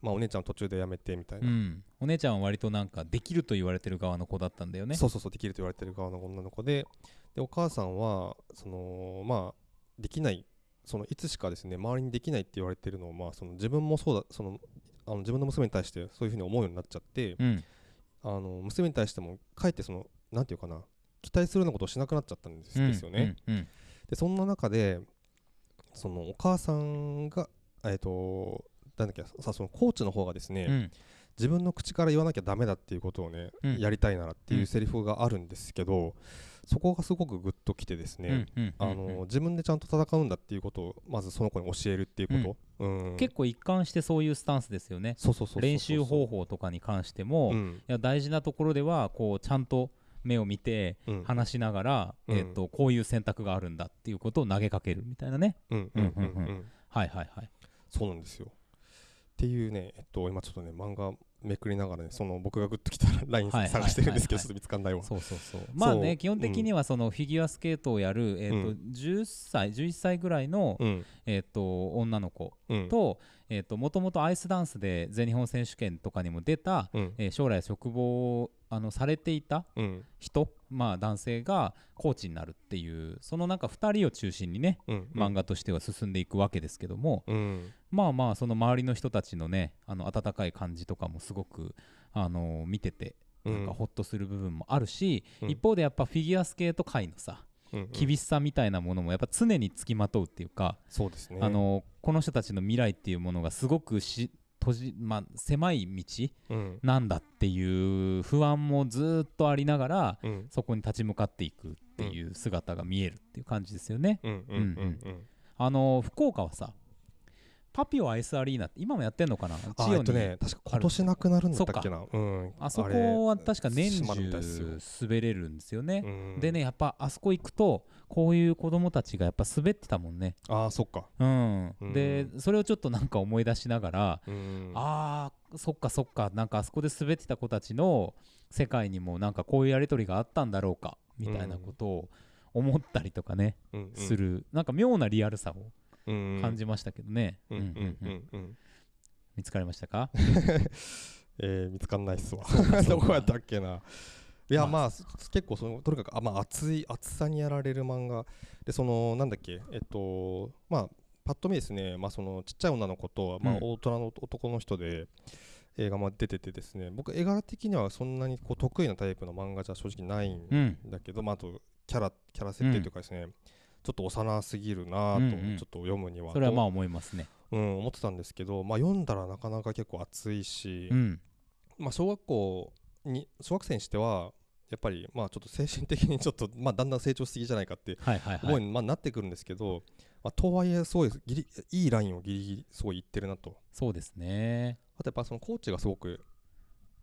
まあお姉ちゃん途中でやめてみたいうなんお姉ちゃんは割となんかできると言われてる側の子だったんだよねそうそうそうできると言われてる側の女の子ででお母さんはそのまあできないそのいつしかですね周りにできないって言われてるのを、まあ、その自分もそうだそのあの自分の娘に対してそういうふうに思うようになっちゃって、うんあの娘に対してもかえってそのなんていうかな期待するようなことをしなくなっちゃったんです,、うんですよね。うんうんでそんな中でそのお母さんがえっ、となんだっけさそのコーチの方がですね、うん自分の口から言わなきゃダメだっていうことをね、うんやりたいならっていううんセリフがあるんですけど、そこがすごくグッときてですね、うんうんあの自分でちゃんと戦うんだっていうことをまずその子に教えるっていうこと、うん結構一貫してそういうスタンスですよねそうそうそうそう練習方法とかに関しても、ういんや大事なところではこうちゃんと目を見てうん話しながら、うんえっとこういう選択があるんだっていうことを投げかけるみたいなねうんうんうんううんんうはいはいはいそうなんですよっていうねえっと今ちょっとね漫画めくりながらねその僕がグッときたラインはい探してるんですけどはいはいはいちょっと見つかんないわそうそうそうまあそうね基本的にはそのフィギュアスケートをやる、えっうと10歳11歳ぐらいの、うんえっと女の子うんと,、えっともともとアイスダンスで全日本選手権とかにも出た、うんえー将来職望をあのされていたうん人、まあ、男性がコーチになるっていうそのなんか2人を中心にねうん漫画としては進んでいくわけですけども、うんまあまあその周りの人たちのねあの温かい感じとかもすごく、あの見ててうなんかほっとする部分もあるし、うん一方でやっぱフィギュアスケート界のさうんうん厳しさみたいなものもやっぱ常につきまとうっていうか、そうですねあのこの人たちの未来っていうものがすごくし閉じ、まあ、狭い道うんなんだっていう不安もずーっとありながらうんそこに立ち向かっていくっていう姿が見えるっていう感じですよね。うんうんうんうんうんあの福岡はさパピオアイスアリーナって今もやってんのかなあ千代えっとにね確か今年なくなるんだったっけなうんあそあれこは確か年閉まるみたいっすよ中滑れるんですよね。うんでねやっぱあそこ行くとこういう子供たちがやっぱ滑ってたもんね。ああそっかうん、うんでそれをちょっとなんか思い出しながら、うんあーそっかそっかなんかあそこで滑ってた子たちの世界にもなんかこういうやり取りがあったんだろうかみたいなことを思ったりとかね、うんするなんか妙なリアルさを感感じましたけどね、うんううんんうんううんんうん見つかりましたかえー見つかんないっすわか。そどうかこやったっけな。いやままあす結構そのとにかくあまあ熱い熱さにやられる漫画でそのなんだっけえっとまあパッと見ですねまあそのちっちゃい女の子とまあうん大人の男の人で映画も出ててですね僕絵柄的にはそんなにこう得意なタイプの漫画じゃ正直ないんうんだけどまああとキャラキャラ設定というかですねちょっと幼すぎるなぁとうんうんちょっと読むにはそれはまあと思いますねうん思ってたんですけどまあ読んだらなかなか結構熱いしうんまあ、小学校に小学生にしてはやっぱりまあちょっと精神的にちょっと まあだんだん成長しすぎじゃないかってはいはい思はいいにまあなってくるんですけど、まあ、とはいえすごいギリいいラインをギリギリすごいいってるなとそうですねあとやっぱそのコーチがすごく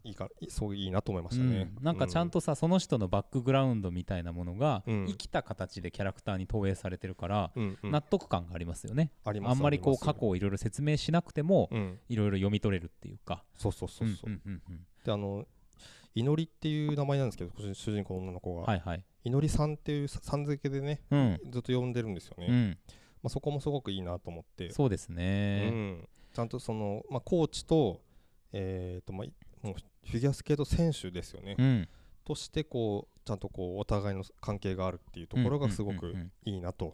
いいかいすごいいいなと思いましたね、うん、なんかちゃんとさ、その人のバックグラウンドみたいなものが、うん生きた形でキャラクターに投影されてるから、うん、うんうん納得感がありますよねありますあんまりこう過あ去をいろいろ説明しなくても、りますうんいろいろ読み取れるっていうかそうそうそうそう、んうんうんであの祈りっていう名前なんですけど主人公の女の子うが、ん、はいはい祈りさんっていうささん付けでねうん、ずっと呼んでるんですよね、うまん、あ、そこもすごくいいなと思ってそうですうね、ん、ちゃんとその、まあ、コーチと,、えーとまあ、いもうフィギュアスケート選手ですよね、うんとしてこうちゃんとこうお互いの関係があるっていうところがすごうんうんくうんうんいいなと。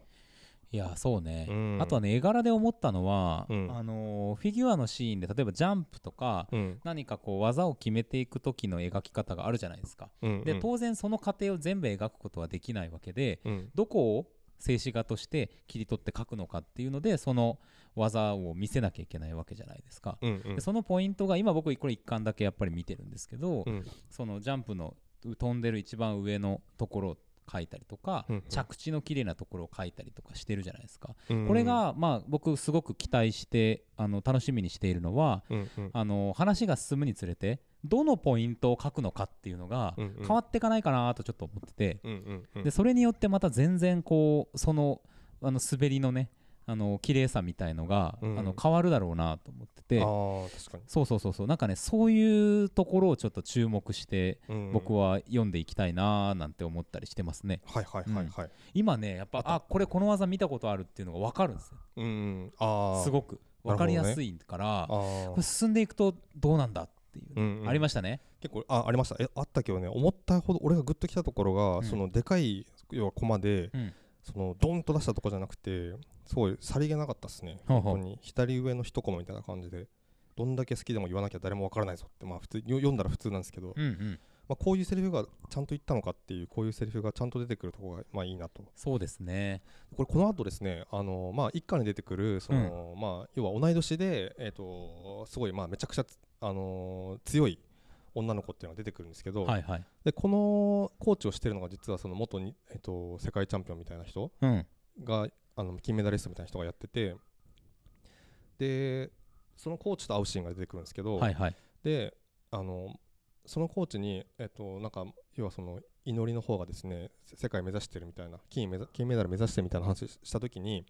いやそうね、うんあとはね絵柄で思ったのは、うんあのーフィギュアのシーンで例えばジャンプとか、うん何かこう技を決めていく時の描き方があるじゃないですか、うんで当然その過程を全部描くことはできないわけでうんどこを静止画として切り取って描くのかっていうのでその技を見せなきゃいけないわけじゃないですか、うんうんでそのポイントが今僕これ一巻だけやっぱり見てるんですけど、うんそのジャンプの飛んでる一番上のところ書いたりとか、うんうん着地の綺麗なところを書いたりとかしてるじゃないですか、うんこれ、がまあ僕すごく期待してあの楽しみにしているのはうんうんあの話が進むにつれてどのポイントを書くのかっていうのがうんうん変わっていかないかなとちょっと思ってて、うんうんうんでそれによってまた全然こうそのあの滑りのねあの綺麗さみたいのが、うんあの変わるだろうなと思っててあー確かにそうそうそうそうなんかねそういうところをちょっと注目してうんうん僕は読んでいきたいなーなんて思ったりしてますねはいはいはいはい、今ねやっぱあこれこの技見たことあるっていうのが分かるんですようんうんああすいごくな分るほどねかりやすいから、あーこれ進んでいくとどうなんだっていうね、うんうんありましたね結構あありましたえあったけどね思ったほど俺がグッときたところうが、んそのでかい要はコマで、うんそのドンと出したとこじゃなくてすごいさりげなかったですねほう本ほう当に左上の一コマみたいな感じでどんだけ好きでも言わなきゃ誰もわからないぞってまあ普通よ読んだら普通なんですけど、うんうんまあ、こういうセリフがちゃんと言ったのかっていうこういうセリフがちゃんと出てくるところがまあいいなとそうですねこれこの後ですねあのまあ一家に出てくるその、まあ要は同い年でえっ、とすごいまあめちゃくちゃつあのー強い女の子っていうのが出てくるんですけど、はいはいでこのコーチをしてるのが実はその元に、えっと世界チャンピオンみたいな人うんがあの金メダリストみたいな人がやっててでそのコーチと会うシーンが出てくるんですけど、はいはいであのそのコーチに、えっとなんか要はその祈りの方がですねせ世界目指してるみたいな金メダ金メダル目指してるみたいな話しした時に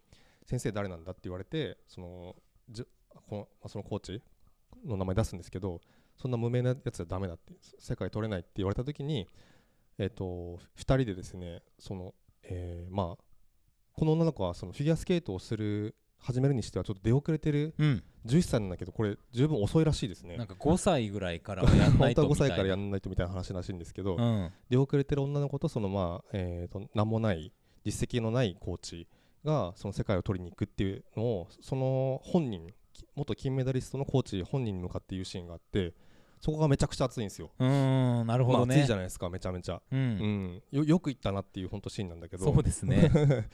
先生誰なんだって言われてそのじゅこのまあそのコーチの名前出すんですけどそんな無名なやつはダメだって世界取れないって言われた時に、えっと2人でですねその、えーまあこの女の子はそのフィギュアスケートをする始めるにしてはちょっと出遅れてるうん11歳なんだけどこれ十分遅いらしいですねなんか5歳ぐらいからはやんな本い当とは5みたい歳なからやんないとみたいな話らしいんですけど、うん出遅れてる女の子とそのまあ、えー、と何もない実績のないコーチがその世界を取りに行くっていうのをその本人き元金メダリストのコーチ本人に向かって言うシーンがあってそこがめちゃくちゃ熱いんですよ。うーんなるほまあ、どね、熱いじゃないですかめちゃめちゃ、ううんん、よよく言ったなっていう本当シーンなんだけどそうですね、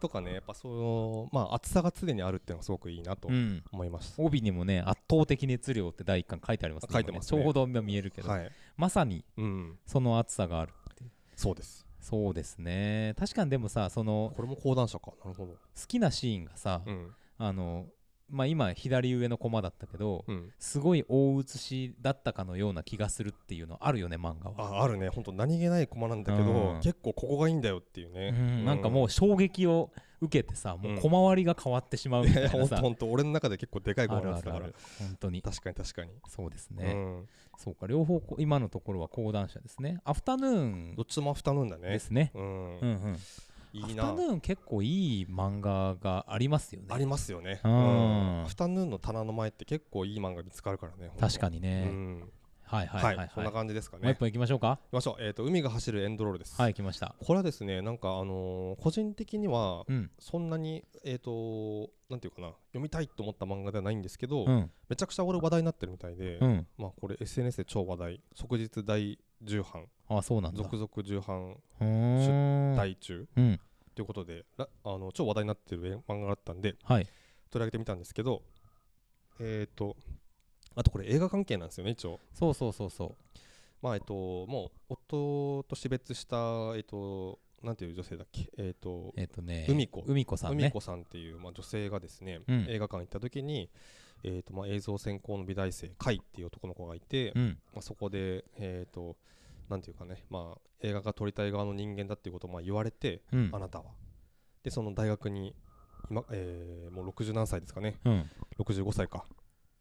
とかねやっぱそのまあ熱さが常にあるっていうのがすごくいいなとうん、思います。帯にもね圧倒的熱量って第一巻書いてありますね書いてますね今ちょうど見えるけど、はい、まさにうん、その熱さがあるそうです。そうですね確かにでもさそのこれも講談社かなるほど。好きなシーンがさ、うん、あのまあ今左上のコマだったけど、うん、すごい大写しだったかのような気がするっていうのあるよね漫画はああるね本当何気ない駒なんだけど、うん結構ここがいいんだよっていううね、ん、なんかもう衝撃を受けてさ、もう小回りが変わってしまういみたやいやいな 本当さ、本当俺の中で結構でかい駒あにるなっあてるたかあらる本当に確かに確かに、そうですうね、ん、そうか両方こう今のところは講談社ですねアフタヌーンどっちもアフタヌーンだねですねうん、うんうんいいアフタなヌーン結構いい漫画がありますよねありますよね、ううんん、アフタヌーンの棚の前って結構いい漫画見つかるからね本当確かにね、うんはいはいは、はいいはい、そんな感じですかねもう行一き本いきましょうかましょう、えー、と海が走るエンドロールです、はい来ましたこれはですねなんかあのー個人的にはうんそんなにえっ、となんていうかな読みたいと思った漫画ではないんですけど、うんめちゃくちゃ俺話題になってるみたいで、うんまあこれ SNS で超話題即日第10版あそうなんだ続々10版うーん第中うんということで、らあの超話題になってる漫画があったんではい取り上げてみたんですけどえっ、ー、とあとこれ映画関係なんですよね一応そうそうそうそうまあえっ、ともう夫と死別したえっ、となんていう女性だっけえっ、とえっ、とね海子海子さん海ね子さんっていう、まあ、女性がですね、うん映画館行った時に、えーとまあ、映像専攻の美大生甲斐っていう男の子がいて、うんまあ、そこで、えー、となんていうかね、まあ、映画が撮りたい側の人間だっていうことをまあ言われて、うんあなたはでその大学に今、えーもう60何歳ですかねうん65歳か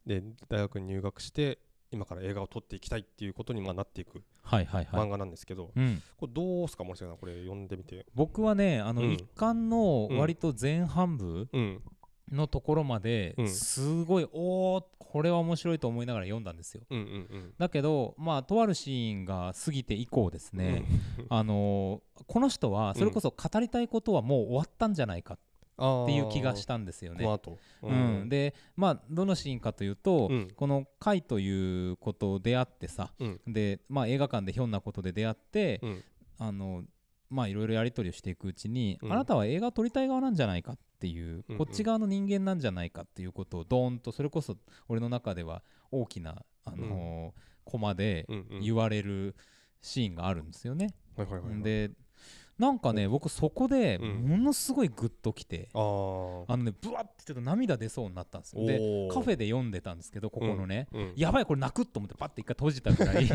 で大学に入学して今から映画を撮っていきたいっていうことにまあなっていくはいはいはい、漫画なんですけど、うん、これどうすか森下さんこれ読んでみて僕はねあのうん一巻の割と前半部うんのところまでうんすごいおおこれは面白いと思いながら読んだんですようんうんだけどまあとあるシーンが過ぎて以降ですうんね、 あのーこの人はそれこそ語りたいことはもう終わったんじゃないかっていう気がしたたんですよこのね。後、うん、でまあどのシーンかというと、うんこの会ということであってさうんで、まあ、映画館でひょんなことで出会って、うんあのまあいろいろやり取りをしていくうちに、うんあなたは映画を撮りたい側なんじゃないかっていう、うんうんこっち側の人間なんじゃないかっていうことをドーンとそれこそ俺の中では大きな、あのーコマでうんうん言われるシーンがあるんですよね。はいはいはいはいでなんかね僕そこでうんものすごいグッときて、あーあのねブワッてちょっと涙出そうになったんですよでおーカフェで読んでたんですけどここのね、うんうんやばいこれ泣くと思ってパッて一回閉じたぐらい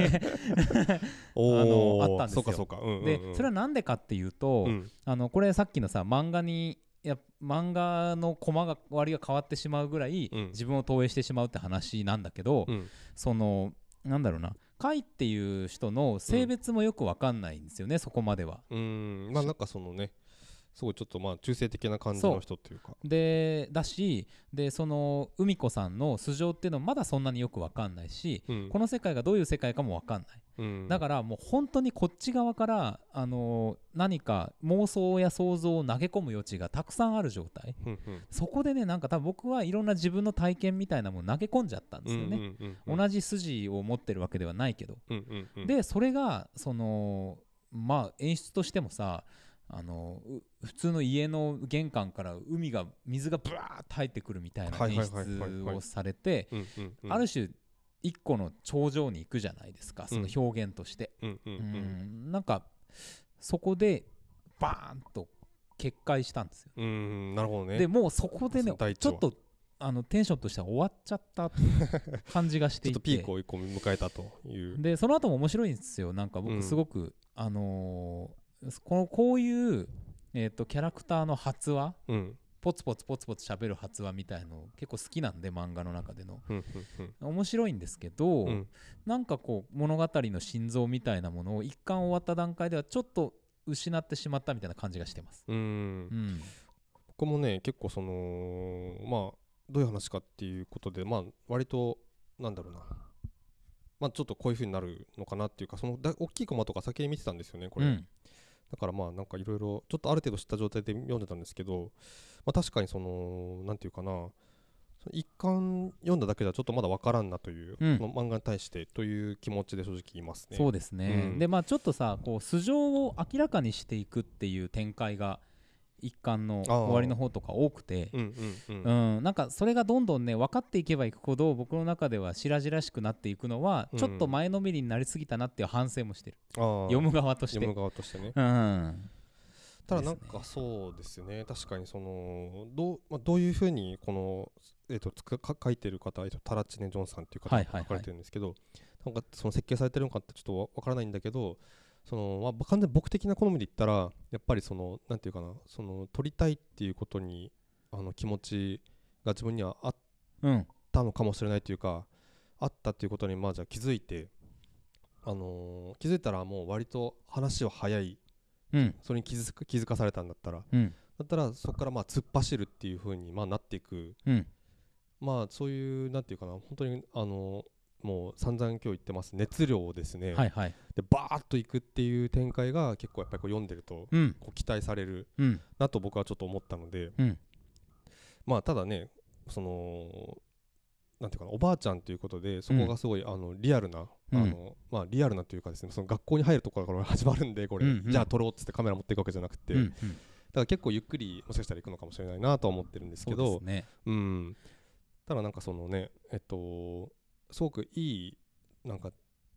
おーあのあったんですよそうかそうか、うんうんう ん、でそれはなんでかっていうと、うんあのこれさっきのさ漫画にいや漫画のコマが割が変わってしまうぐらい、うん自分を投影してしまうって話なんだけど、うんそのなんだろうな甲斐っていう人の性別もよくわかんないんですよね、そこまでは。うんまあなんかそのねすごいちょっとまあ中性的な感じの人っていうかでだしでその海子さんの素性っていうのもまだそんなによくわかんないし、うんこの世界がどういう世界かもわかんない、うんだからもう本当にこっち側から、あの何か妄想や想像を投げ込む余地がたくさんある状態うんうんそこでねなんか多分僕はいろんな自分の体験みたいなものを投げ込んじゃったんですよね、うんうんうん同じ筋を持ってるわけではないけど、うんうんうんでそれがそのまあ演出としてもさあのう普通の家の玄関から海が水がブワーッと入ってくるみたいなはい演はいはいはいはい出をされてうんうんうんある種一個の頂上に行くじゃないですかそのうん表現として、うんうんううんんなんかそこでバーンと決壊したんですようーんなるほどねでもうそこでねその第一ちょ話っとあのテンションとしては終わっちゃった感じがし ちていょってとピークを一個迎えたというでその後も面白いんですよなんかう僕んすごく、あのーこのこういう、えー、とキャラクターの発話うんポツポツポツポツ喋る発話みたいの結構好きなんで漫画の中でのうん面白いんですけど、うんうんなんかこう物語の心臓みたいなものを一巻終わった段階ではちょっと失ってしまったみたいな感じがしてます、うんうんうん僕もね結構そのまあどういう話かっていうことでまあ割となんだろうなまあちょっとこういう風になるのかなっていうかそのだ大きいコマとか先に見てたんですよねこれ、うんだからまあなんかいろいろちょっとある程度知った状態で読んでたんですけどまあ確かにそのなんていうかなその一巻読んだだけじゃちょっとまだわからんなという、うんこの漫画に対してという気持ちで正直言いますねそうですね、うんでまあちょっとさこう素性を明らかにしていくっていう展開が一巻のあー終わりの方とか多くて、うんうんうんうん、なんかそれがどんどんね分かっていけばいくほど僕の中では白々しくなっていくのはうんちょっと前のめりになりすぎたなっていう反省もしてる、あー読む側として読む側としてねうんただでなすねんかそうですね確かにそのどう,、まあ、どういうふうにこの、えー、とつかか書いてる方、えー、とタラッチネ・ジョンさんっていう方はいがはいはい書かれてるんですけど、なんかその設計されてるのかってちょっとわわからないんだけどその、まあ、完全に僕的な好みで言ったらやっぱりそのなんていうかなその撮りたいっていうことにあの気持ちが自分にはあっうんったのかもしれないというかあったっていうことにまあじゃあ気づいて、あのー気づいたらもう割と話は早い、うんそれに気づく気づかされたんだったらうんだったらそこからまあ突っ走るっていう風にまあなっていくうんまあそういうなんていうかな本当にあのーもう散々今日言ってます熱量ですね、はいはいでバーッといくっていう展開が結構やっぱりこう読んでるとうんこう期待されるうんなと僕はちょっと思ったので、うんまあただねそのなんていうかなおばあちゃんということでそこがすごい、あのリアルな、うんあのまあリアルなというかですねその学校に入るところから始まるんでこれ、うんうんじゃあ撮ろうっつってカメラ持っていくわけじゃなくて、うんうだんから結構ゆっくりもしかしたら行くのかもしれないなとは思ってるんですそけうでどすねうん、ただなんかそのねえっとすごくいいなんか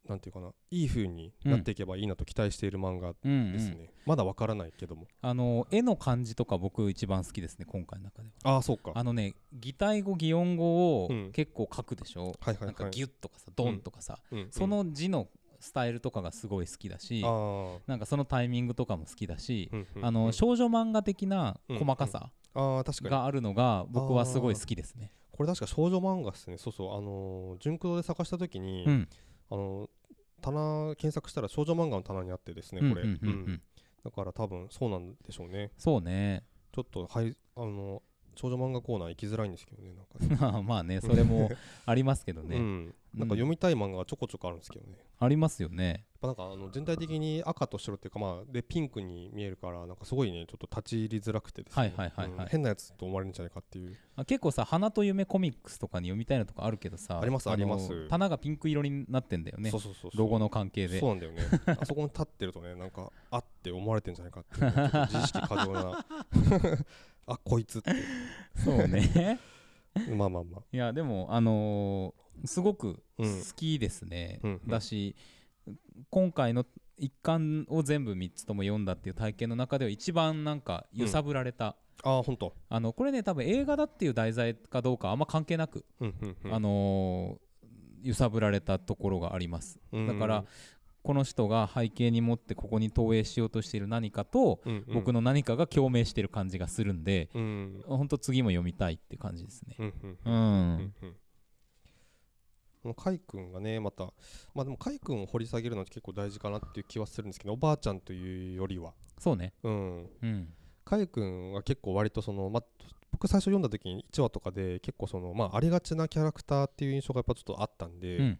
なんていうかないい風になっていけばいいなと期待している漫画うんうんですね、まだわからないけどもあの絵の感じとか僕一番好きですね今回の中ではああそうかあのね擬態語擬音語をうん結構書くでしょ、はいはいなんはかいギュッとかさドンとかさ、うんうんその字のスタイルとかがすごい好きだし、あーなんかそのタイミングとかも好きだし、うんうんうんあの少女漫画的なうん細かさあー確かにがあるのが僕はすごい好きですね。これ確か少女漫画ですねそうそうあのー純駆動で探した時に、うんあのー棚検索したら少女漫画の棚にあってですねうんこれ、うんうんうんうんだから多分そうなんでしょうねそうね ちょっとはいあのー少女漫画コーナー行きづらいんですけどねなんかねまあねそれもありますけどね、うん、なんか読みたい漫画がちょこちょこあるんですけどね、やっありますよね。ぱなんかあの全体的に赤と白っていうかまあでピンクに見えるからなんかすごいねちょっと立ち入りづらくてですね、はいはいはいはいうん変なやつと思われるんじゃないかっていうあ結構さ「花と夢コミックス」とかに読みたいのとかあるけどさありますのあります棚がピンク色になってんだよねそうそうそうそうロゴの関係でそうなんだよねあそこに立ってるとねなんかあって思われてんじゃない かっていうねちょっと自意識過剰な あこいつって そうねまあまあまあいやでもあのーすごくう好んきですね、うんうんだし今回の一巻を全部3つとも読んだっていう体験の中では一番なんか揺さぶられた、ああ本当あのこれね多分映画だっていう題材かどうかあんま関係なく、うんうんうんあのー揺さぶられたところがありますだから、この人が背景に持ってここに投影しようとしている何かと、うんうん僕の何かが共鳴している感じがするんで、うんうんほんと次も読みたいって感じですね。うんうんううんんうんこの海君がねまたまあでも海君を掘り下げるのって結構大事かなっていう気はするんですけどおばあちゃんというよりはそうね。うんうん。海君は結構割とその、ま、僕最初読んだ時に1話とかで結構その、まあ、ありがちなキャラクターっていう印象がやっぱちょっとあったんで、うん。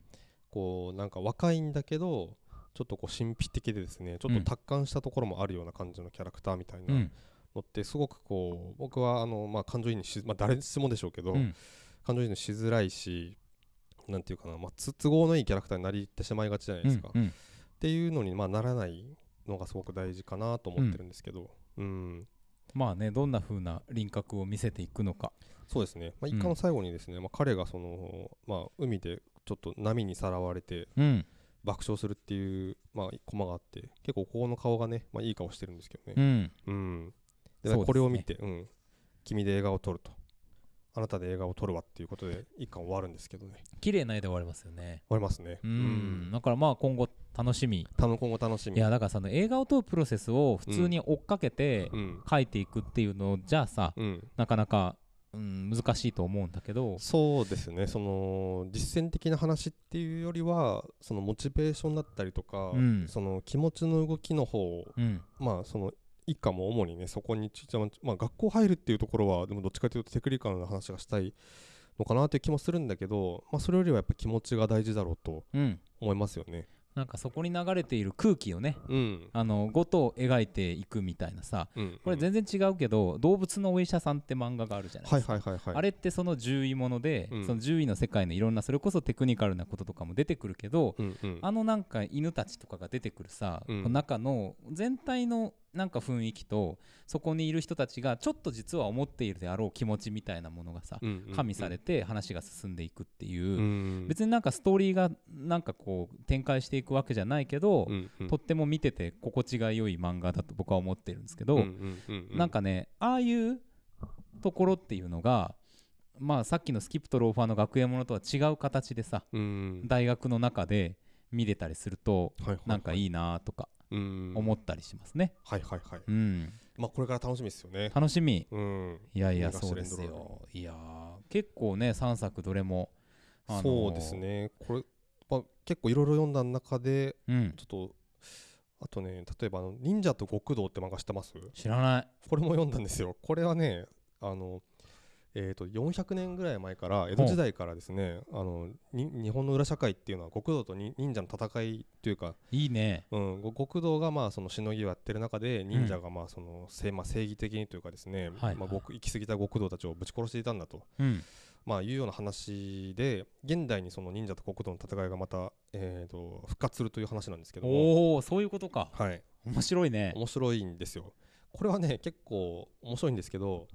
こうなんか若いんだけどちょっとこう神秘的でですねちょっと達観したところもあるような感じのキャラクターみたいなうのん。ってすごくこう僕はあのまあ感情移入し、まあ、誰しもでしょうけど、うん感情移入しづらいしなんていうかな、まあ、つ都合のいいキャラクターになりてしまいがちじゃないですか、うっん。ていうのにまあならないのがすごく大事かなと思ってるんですけど、うん、まあね、どんな風な輪郭を見せていくのか。そうですね、まあ、うん一家の最後にですね、まあ、彼がその、まあ、海でちょっと波にさらわれてうん。爆笑するっていう、まあ、コマがあって結構ここの顔がね、まあ、いい顔してるんですけどうね、ん。うそうんでですねこれを見て、うん、君で映画を撮るとあなたで映画を撮るわっていうことで一巻終わるんですけどね終綺麗な絵で終わりますよね。わりますねうん。だからまあ今後楽しみ。たの今後楽しみいや、だからその映画を撮るプロセスを普通に追っかけてうん書いていくっていうのじゃあさ、うん、なかなか、うん、難しいと思うんだけど。そうですねその実践的な話っていうよりはそのモチベーションだったりとか、うんその気持ちの動きの方をうん。まあその一家も主にねそこにちっちゃままあ学校入るっていうところはでもどっちかというとテクニカルな話がしたいのかなという気もするんだけど、まあ、それよりはやっぱ気持ちが大事だろうとうん。思いますよね。なんかそこに流れている空気をね、うん、あの、ごと描いていくみたいなさ、うん、これ全然違うけど「動物のお医者さん」って漫画があるじゃないはでいすか。はいはいはい。あれってその獣医もので、うんその獣医の世界のいろんなそれこそテクニカルなこととかも出てくるけど、うんうん、あのなんか犬たちとかが出てくるさ、うんこの中の全体のなんか雰囲気とそこにいる人たちがちょっと実は思っているであろう気持ちみたいなものがさ、うんうんうん加味されて話が進んでいくっていうう、ん、別になんかストーリーがなんかこう展開していくわけじゃないけど、うんうんとっても見てて心地が良い漫画だと僕は思ってるんですけど、うんうんうんうんなんかねああいうところっていうのがまあさっきのスキップとローファーの学園ものとは違う形でさうん大学の中で見れたりするとはいはいなんかいいなとかうん思ったりしますね。はいはいはい。うん、まあこれから楽しみですよね。楽しみうん、いやいや映画シそェうレでンドすロールよいやー結構ね3作どれも、あのーそうですね。これ、まあ、結構いろいろ読んだ中でうんち、ょっとあとね例えばあの「忍者と極道」って漫画してます知らないこれも読んだんですよこれはねあのえー、と400年ぐらい前から江戸時代からですねあのに日本の裏社会っていうのは極道とに忍者の戦いというか、いいねうん、ご極道がまあそのしのぎをやってる中で忍者がまあその、せまあ、正義的にというかですね、はいまあ、極行き過ぎた極道たちをぶち殺していたんだと、うんまあ、いうような話で現代にその忍者と極道の戦いがまた、えー、と復活するという話なんですけども、おおそういうことかはい、面白いね面白いんですよこれはね結構面白いんですけど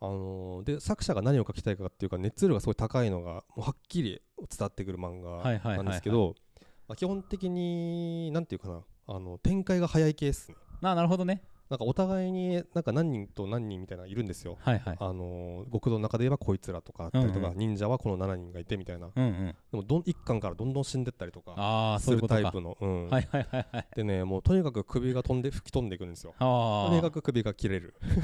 あのーで作者が何を書きたいかっていうか熱量がすごい高いのがもうはっきり伝わってくる漫はいはいはい画はないんですけどまあ基本的に何ていうかなあの展開が早い系ですねななるほどねなんかお互いになんか何人と何人みたいなのいるんですよはいはいあのー極道の中で言えばこいつらとかあったりとうかん忍者はこの7人がいてみたいなうんうんでもどん一巻からどんどん死んでったりとかああすそういうることタイかプのうんはいはいはいはいでねもうとにかく首が飛んで吹き飛んでいくんですよあとにかあく首が切れる 首チ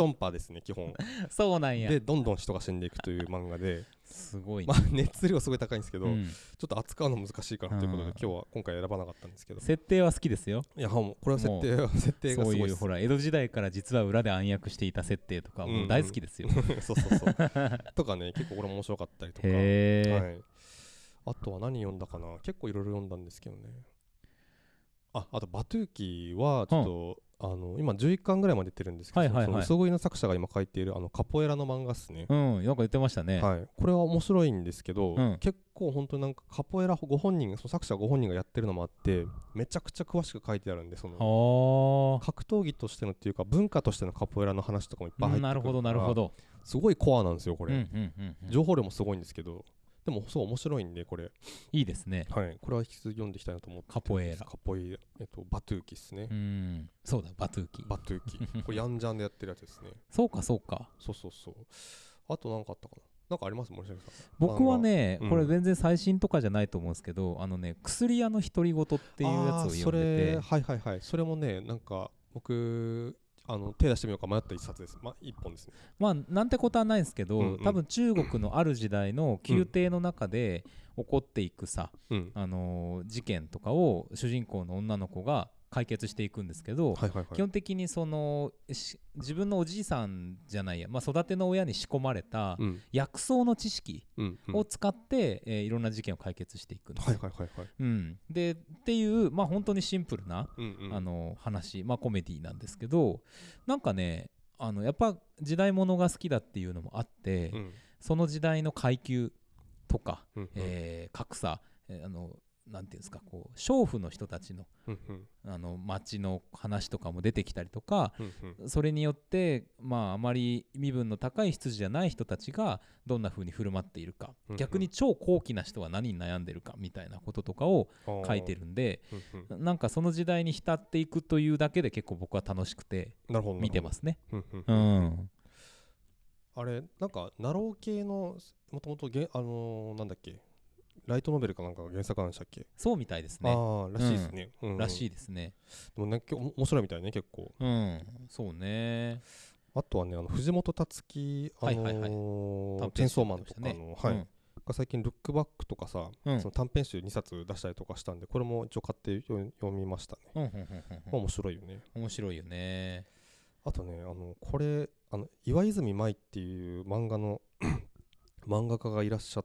ョンパーですね基本そうなんやでどんどん人が死んでいくという漫画ですごいね まあ熱量すごい高いんですけど、うんちょっと扱うの難しいかなということうで、ん今日は今回選ばなかったんですけど設定は好きですよいやもうこれは設定は設定がそすういごいでうすほら江戸時代から実は裏で暗躍していた設定とかうんうんもう大好きです よ そうそうそうとかね結構これ面白かったりとか、はへえい、あとは何読んだかな結構いろいろ読んだんですけどねああとバトゥーキーはちょっと、あの今11巻ぐらいまで出てるんですけど、はいはいはいその嘘食いの作者が今書いているあのカポエラの漫画っすね、うんなんか言ってましたねはい、これは面白いんですけど、うん結構本当になんかカポエラご本人がその作者ご本人がやってるのもあってめちゃくちゃ詳しく書いてあるんでそのは格闘技としてのっていうか文化としてのカポエラの話とかもいっぱあい入ってくるなるほどなるほどすごいコアなんですよこうんうれ、んうんうん情報量もすごいんですけどでもそう面白いんでこれ、いいですねはい、これは引き続き読んでいきたいなと思ってカポエーラカポエえっと、バトゥーキですねう、んそうだバトゥーキバトゥー キこれヤンジャンでやってるやつですねそうかそうかそうそうそうあと何かあったかななんかあります森崎さん僕はね漫画こうれん全然最新とかじゃないと思うんですけど、あのね薬屋の独り言っていうやつをあ読んーでてそれはいはいはいそれもねなんか僕あの手出してみようか迷った一冊ですまあ一本ですねまあなんてことはないんですけど、うんうん多分中国のある時代の宮廷の中で起こっていくさ、うんあのー事件とかを主人公の女の子が解決していくんですけど、はいはい基はい本的にそのし自分のおじいさんじゃないや、まあ、育ての親に仕込まれたうん薬草の知識うんうんを使って、えーいろんな事件を解決していくんですはいよ、はいはいはいうん、でっていう、まあ、本当にシンプルな、うんうんあの話、まあ、コメディなんですけどなんかねあのやっぱ時代物が好きだっていうのもあって、うんその時代の階級とか、うんうんえー格差、えーあのなんていうんですかこう娼婦の人たちのうんうんあの町の話とかも出てきたりとかうんうんそれによってまああまり身分の高い羊じゃない人たちがどんな風に振る舞っているかうんうん逆に超高貴な人は何に悩んでるかみたいなこととかをあー書いてるんでうんうんなんかその時代に浸っていくというだけで結構僕は楽しくてなるほど見てますすね。うあん、れなんかナロー系のもともとあのーなんだっけライトノベルかなんかが原作なんでしたっけそうみたいですああね。ーらしいですねうんうんらしでいですね。もなんか面白いみたいね結構うん、そうね。あとはね、あの藤本辰樹、あのはいはいはいー短チェ編ン集ソやーってマまンとしたかねの、はういんが最近、ルックバックとかさ、うんその短編集2冊出したりとかしたんで、これも一応買って読読みましたね。うんうんうんうんまあ、面白いよね。うん面白いよね。あとね、あのこれあの、岩泉舞っていう漫画の 漫画家がいらっしゃっ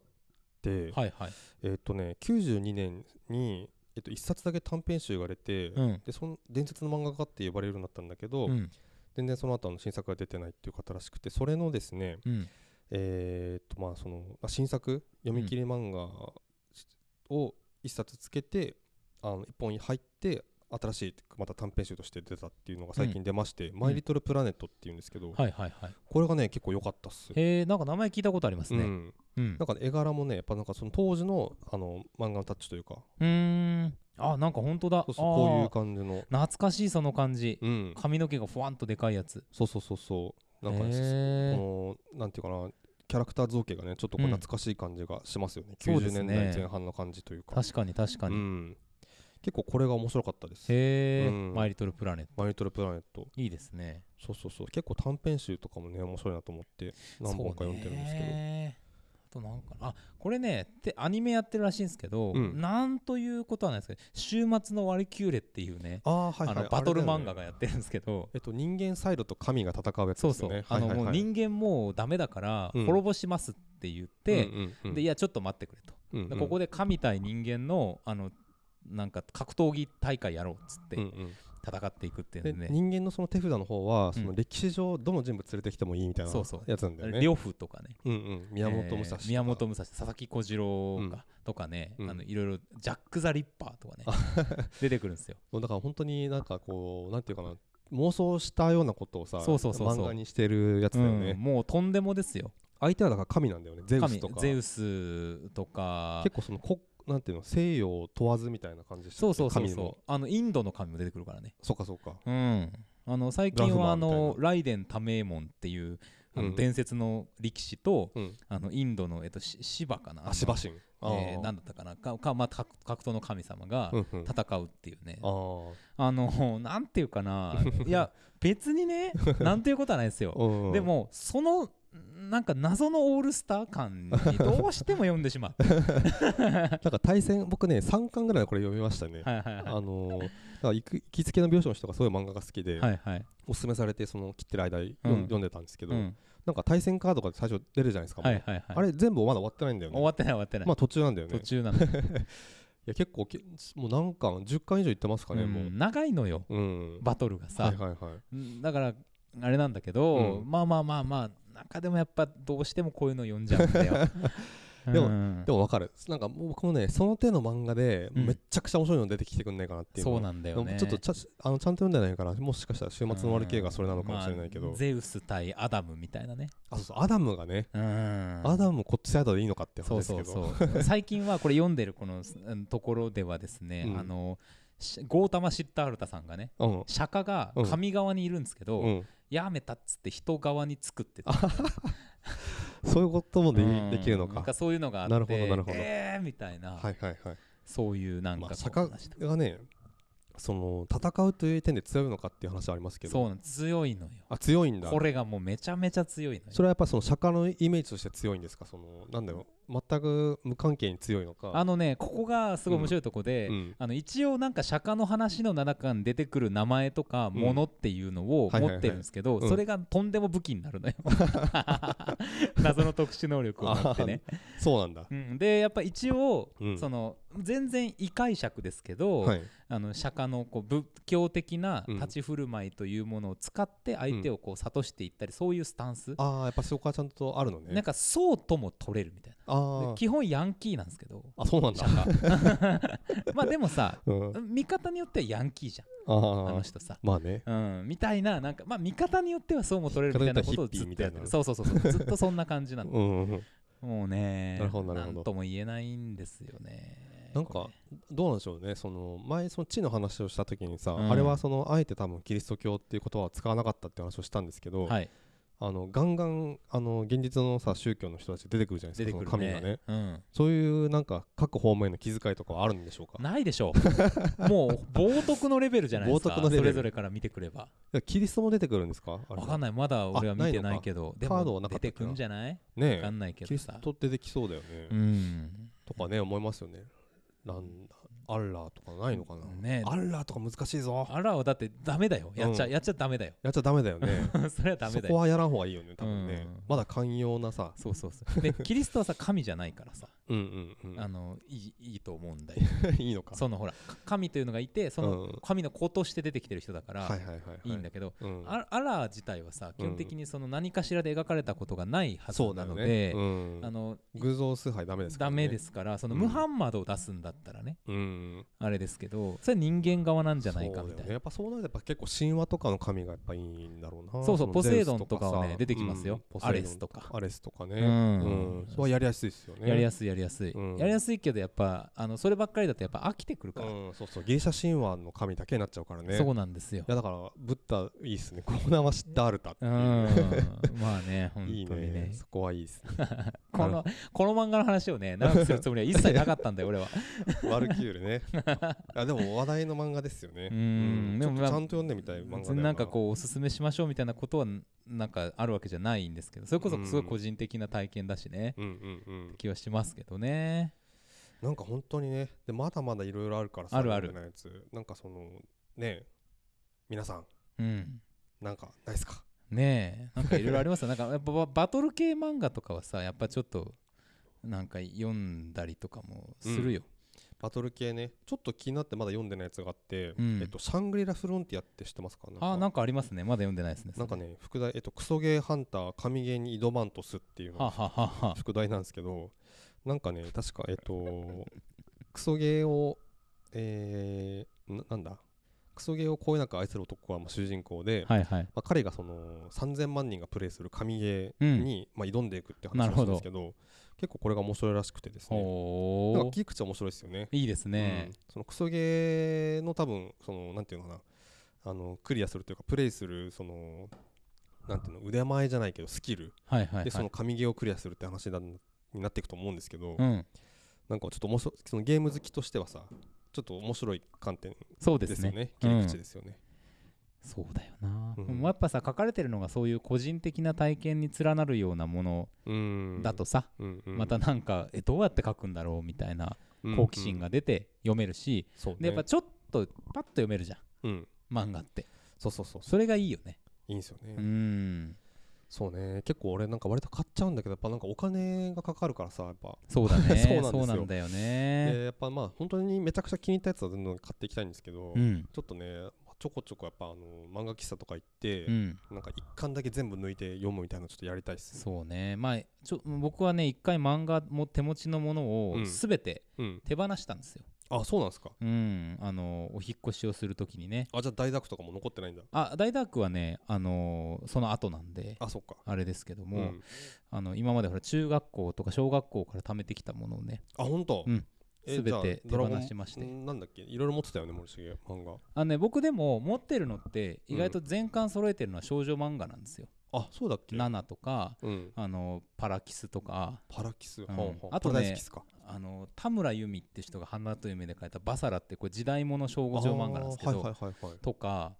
て、はいはい。えーっ、とね、92年に、えっと1冊だけ短編集が出て、うん。でその伝説の漫画家って呼ばれるようになったんだけど、うん。全然その後あの新作が出てないっていう方らしくて、それのですね、うん。えー、とまあそのまあ新作読み切り漫画を一冊つけて、あの一本入って新しいまた短編集として出たっていうのが最近出まして「マイ・リトル・プラネット」っていうんですけど、はいはいはい。これがね結構良かったっす。へえ、なんか名前聞いたことありますうね。ん、うんな。んかね絵柄もねやっぱなんかその当時のあの漫画のタッチというかうーん。あ、なんか本当だ。そうそうこういあうー感じの、懐かしいその感じ。うん、髪の毛がふわんとでかいやつ。そうそうそうそうなんかね、へーこのなんていうかなキャラクター造形がねちょっとこううん懐かしい感じがしますよね、そうで90すね年代前半の感じというか。確かに確かうに。ん、結構これが面白かったですへえ、うんマイリトルプラネット。マイリトルプラネットいいですね。そうそうそう結構短編集とかもね面白いなと思って何本か読んでるんですけそうど、ねあとなんかなあこれねってアニメやってるらしいんですけど、うんなんということはないですけど「週末のワリキューレ」っていうね、ああはいはいあのバトル漫画ががやってるんですけど、えっと人間サイドと神が戦うやつそうですそよう、ねあのはいはいもうはい人間もうダメだからうん滅ぼしますって言って、うんうんうんでいやちょっと待ってくれと、うんうんでここで神対人間のあのなんか格闘技大会やろうっつってうんうん戦っていくっていでうね、人間のその手札の方はそのうん歴史上どの人物連れてきてもいいみたいなそうそうやつなんだよね両夫とかねうんうん宮本武蔵とえかー宮本武蔵佐々木小次郎が、うんとかね、うんあのいろいろジャック・ザ・リッパーと かね出てくるんですよもうだから本当になんかこうなんていうかな妄想したようなことをさそうそうそうそう漫画にしてるやつだよね、うんもうとんでもですよ相手はだから神なんだよねゼウス神とかゼウスとか結構そのこなんていうの西洋を問わずみたいな感じでしたそっうけそうそう神もそうあのインドの神も出てくるからねそうかそうかうん、あの最近ラフマはあーみたいなのライデン・タメイモンっていうあうのん伝説の力士と、うんあのインドの、えっと、しシバかな足場神あのえーなんだったかなかか、まあ、格格闘の神様がうんうん戦うっていうね、あーあの なんていうか ないや別にねなんていうことはないですようんうんでもそのなんか謎のオールスター感にどうしても読んでしまう なんか対戦僕ね3巻ぐらいこれ読みましたね、はいはいあはいのーだから行く行きつけの描写の人がすごい漫画が好きで、はいはい、おすすめされてその切ってる間、読んうん読んでたんですけど、うん、なんか対戦カードが最初出るじゃないですか、はいもはいはいうあれ全部まだ終わってないんだよね終わってない終わってない、まあ途中なんだよね途中なの、いや結構けもう何巻10巻以上いってますかね、うんもう長いのようんバトルがさ、はいはいはいうんだからあれなんだけど、うんまあまあまあまあ中でもやっぱどうしてもこういうの読んじゃうんだよ、 でもうんでも分かるなんか僕もねその手の漫画でうんめっちゃくちゃ面白いの出てきてくんないかなっていうのそうはなんだよねちょっとちゃあのちゃんと読んでないからもしかしたら「週末の終わり系」がそれなのかもしれないけど、まあゼウス対アダムみたいなねあ、そうそうアダムがね、うんアダムこっちサイドでいいのかって話そでうすけそどうそう 最近はこれ読んでるこのうんところではですね、うんあのしゴータマ・シッタールタさんがねうん釈迦が神側にいるんですけど、うん、やめたっつって人側に作ってたそういうこともでき,、うんできるのなかんかそういうのがあってなるほどなるほどえーみたいな、はいはいはいそういうなんかこまあう坂話とかがねその戦うという点で強いのかっていう話はありますけどそうなん強いのよあ強いんだこれがもうめちゃめちゃ強いのよそれはやっぱりその釈迦のイメージとして強いんですかそのなんだろう全く無関係に強いのかあのねここがすごい面白いとこで、うんあの一応なんか釈迦の話の中に出てくる名前とかうんものっていうのをはいはい持はいってるんですけど、うんそれがとんでも武器になるのよ 謎の特殊能力を持ってね、そうなんだうん、でやっぱ一応、うんその全然異解釈ですけど、はいあの釈迦のこう仏教的なうん立ち振る舞いというものを使って相手をこう諭していったり、そういうスタンス、ああやっぱそこはちゃんとあるのねなんかそうとも取れるみたいあなでー基本ヤンキーなんですけどあそうなんだ釈迦 まあでもさうん見方によってはヤンキーじゃんああのー人さ、まあねうん、みたいななんかまあ見方によってはそうも取れるみたいなことをずっとやってるそうそうそうそうずっとそんな感じなのうん うんうんもうねなるほどなるほどんとも言えないんですよねなんかどうなんでしょうねその前その地の話をした時にさ、うんあれはそのあえて多分キリスト教っていう言葉は使わなかったって話をしたんですけど、はいあのガンガンあの現実のさ宗教の人たち出てくるじゃないで出すてかくるねその神がねうん、そういうなんか各方面の気遣いとかはあるんでしょうかないでしょう もう冒涜のレベルじゃないですか冒涜のレベそルれぞれから見てくればいやキリストも出てくるんですかあれわかんないまだ俺は見てないけどないのでかカードもはなか出ったっけなてくんじゃないわねかんないけえキどリスさト出てきそうだよね、うんとかね思いますよねなんだアッラーとかないのかな、ねアッラーとか難しいぞあらはだってダメだよやっちゃ、うんやっちゃダメだよ やっちゃダメだよねそれはダメそだこよはやらん方がいいよね多分ね、うんまだ寛容なさそうそうそうでキリストはさ神じゃないからさうんうんうんあのいいいいと思うんだよ いいのかそのほらか神というのがいてそのうん神の子として出てきてる人だから、はいいはいはいはいいんだけど、うんあアラー自体はさ基本的にその何かしらで描かれたことがないはずそうだなよのねで、うんあの偶像崇拝ダメですダからねメですからそのうんムハンマドを出すんだったらね、うんあれですけどそれは人間側なんじゃないかみそうたいだよねなやっぱそうなるとやっぱ結構神話とかの神がやっぱいいんだろうなそうそうのポセイドンゼウスとかはさね出てきますようんポセイドンアレスとかアレスとかねううんん、それはやりやすいですよねやりやすすいやりやすい、うんやりやすいけどやっぱあのそればっかりだとやっぱ飽きてくるから、うんそうそうギリシャ神話の神だけになっちゃうからねそういなんですよやだからブッダいいっすねコーナーは知ったアルタってう いんうまあね本当いいにねねそこはいいですねこのこの漫画の話をね長くするつもりは一切なかったん だよ俺はワルキュー ルねあでも話題の漫画ですよねうんちでょもっとちまゃあんと読んでみたい漫画だ別よになんかこうおすすめしましょうみたいなことはなんかあるわけじゃないんですけどそれこうそんすごい個人的な体験だしね、うんうんうん気はしますけどねなんか本当にねでまだまだいろいろあるからさあるある読んでないやつなんかそのね皆さんうんなんかないですかねえなんかいろいろありますよなんかやっぱババトル系漫画とかはさやっぱちょっとなんか読んだりとかもするよ、バトル系ねちょっと気になってまだ読んでないやつがあって、うんえっと、シャングリラ・フロンティアって知ってますかなんかああなんかありますねまだ読んでないですねなんかね副題、えっと「クソゲーハンター神ゲーに挑まんとす」っていうのはあはがあはあはあ副題なんですけどなんかね確かえっとクソゲーをえー、ななんだクソゲーをこえなく愛する男はまあ主人公で、はいはいまあ、彼がその3000万人がプレイする神ゲーに、まあ、挑んでいくって話ななんるほどですけど結構これが面白いらしくてですねおなんかお切り口は面白いですよねいいですうねん、そのクソゲーの多分そのなんていうのかなあのクリアするというかプレイするそのなんていうの腕前じゃないけどスキルはいはいはいでその神ゲーをクリアするって話だになっていくと思うんですけど、うんなんかちょっと面白いそのゲーム好きとしてはさちょっと面白い観点そうでですすよねねう切んり口ですよね、そうだよな、うんでもやっぱさ書かれてるのがそういう個人的な体験に連なるようなものうんだとさ、うんうんまたなんかえどうやって書くんだろうみたいなうん好奇心が出て読めるし、そうねでやっぱちょっとパッと読めるじゃうんん漫画ってそうそうそうそれがいいよねいいんですよね、うんそうね結構俺なんか割と買っちゃうんだけどやっぱなんかお金がかかるからさやっぱそうだね そうなんですよそうなんだよねでやっぱまあ本当にめちゃくちゃ気に入ったやつはどんどん買っていきたいんですけど、うんちょっとねちょこちょこやっぱあの漫画喫茶とか行って、うん、なんか一巻だけ全部抜いて読むみたいなのちょっとやりたいっすねそうねまあちょ僕はね一回漫画も手持ちのものうをん全てうん手放したんですよ、あそうなんですかうん、あのお引っ越しをするときにねあじゃあ大学とかも残ってないんだあ大ダークはねあのその後なんであそっかあれですけども、んあの今までほら中学校とか小学校から貯めてきたものをねあ本当うんえ全てじゃあ手ドラゴン放しましてんなんだっけいろいろ持ってたよね森重漫画あのね僕でも持ってるのって意外と全巻揃えてるのは少女漫画なんですよ、あそうだっけナナとかうんあのパラキスとかパラキス、んほうほうあとねパラダイスキスかあの田村由美って人が「花と夢」で書いた「バサラ」ってこれ時代物小五条漫画なんですけど、あーはいはいはいはいとか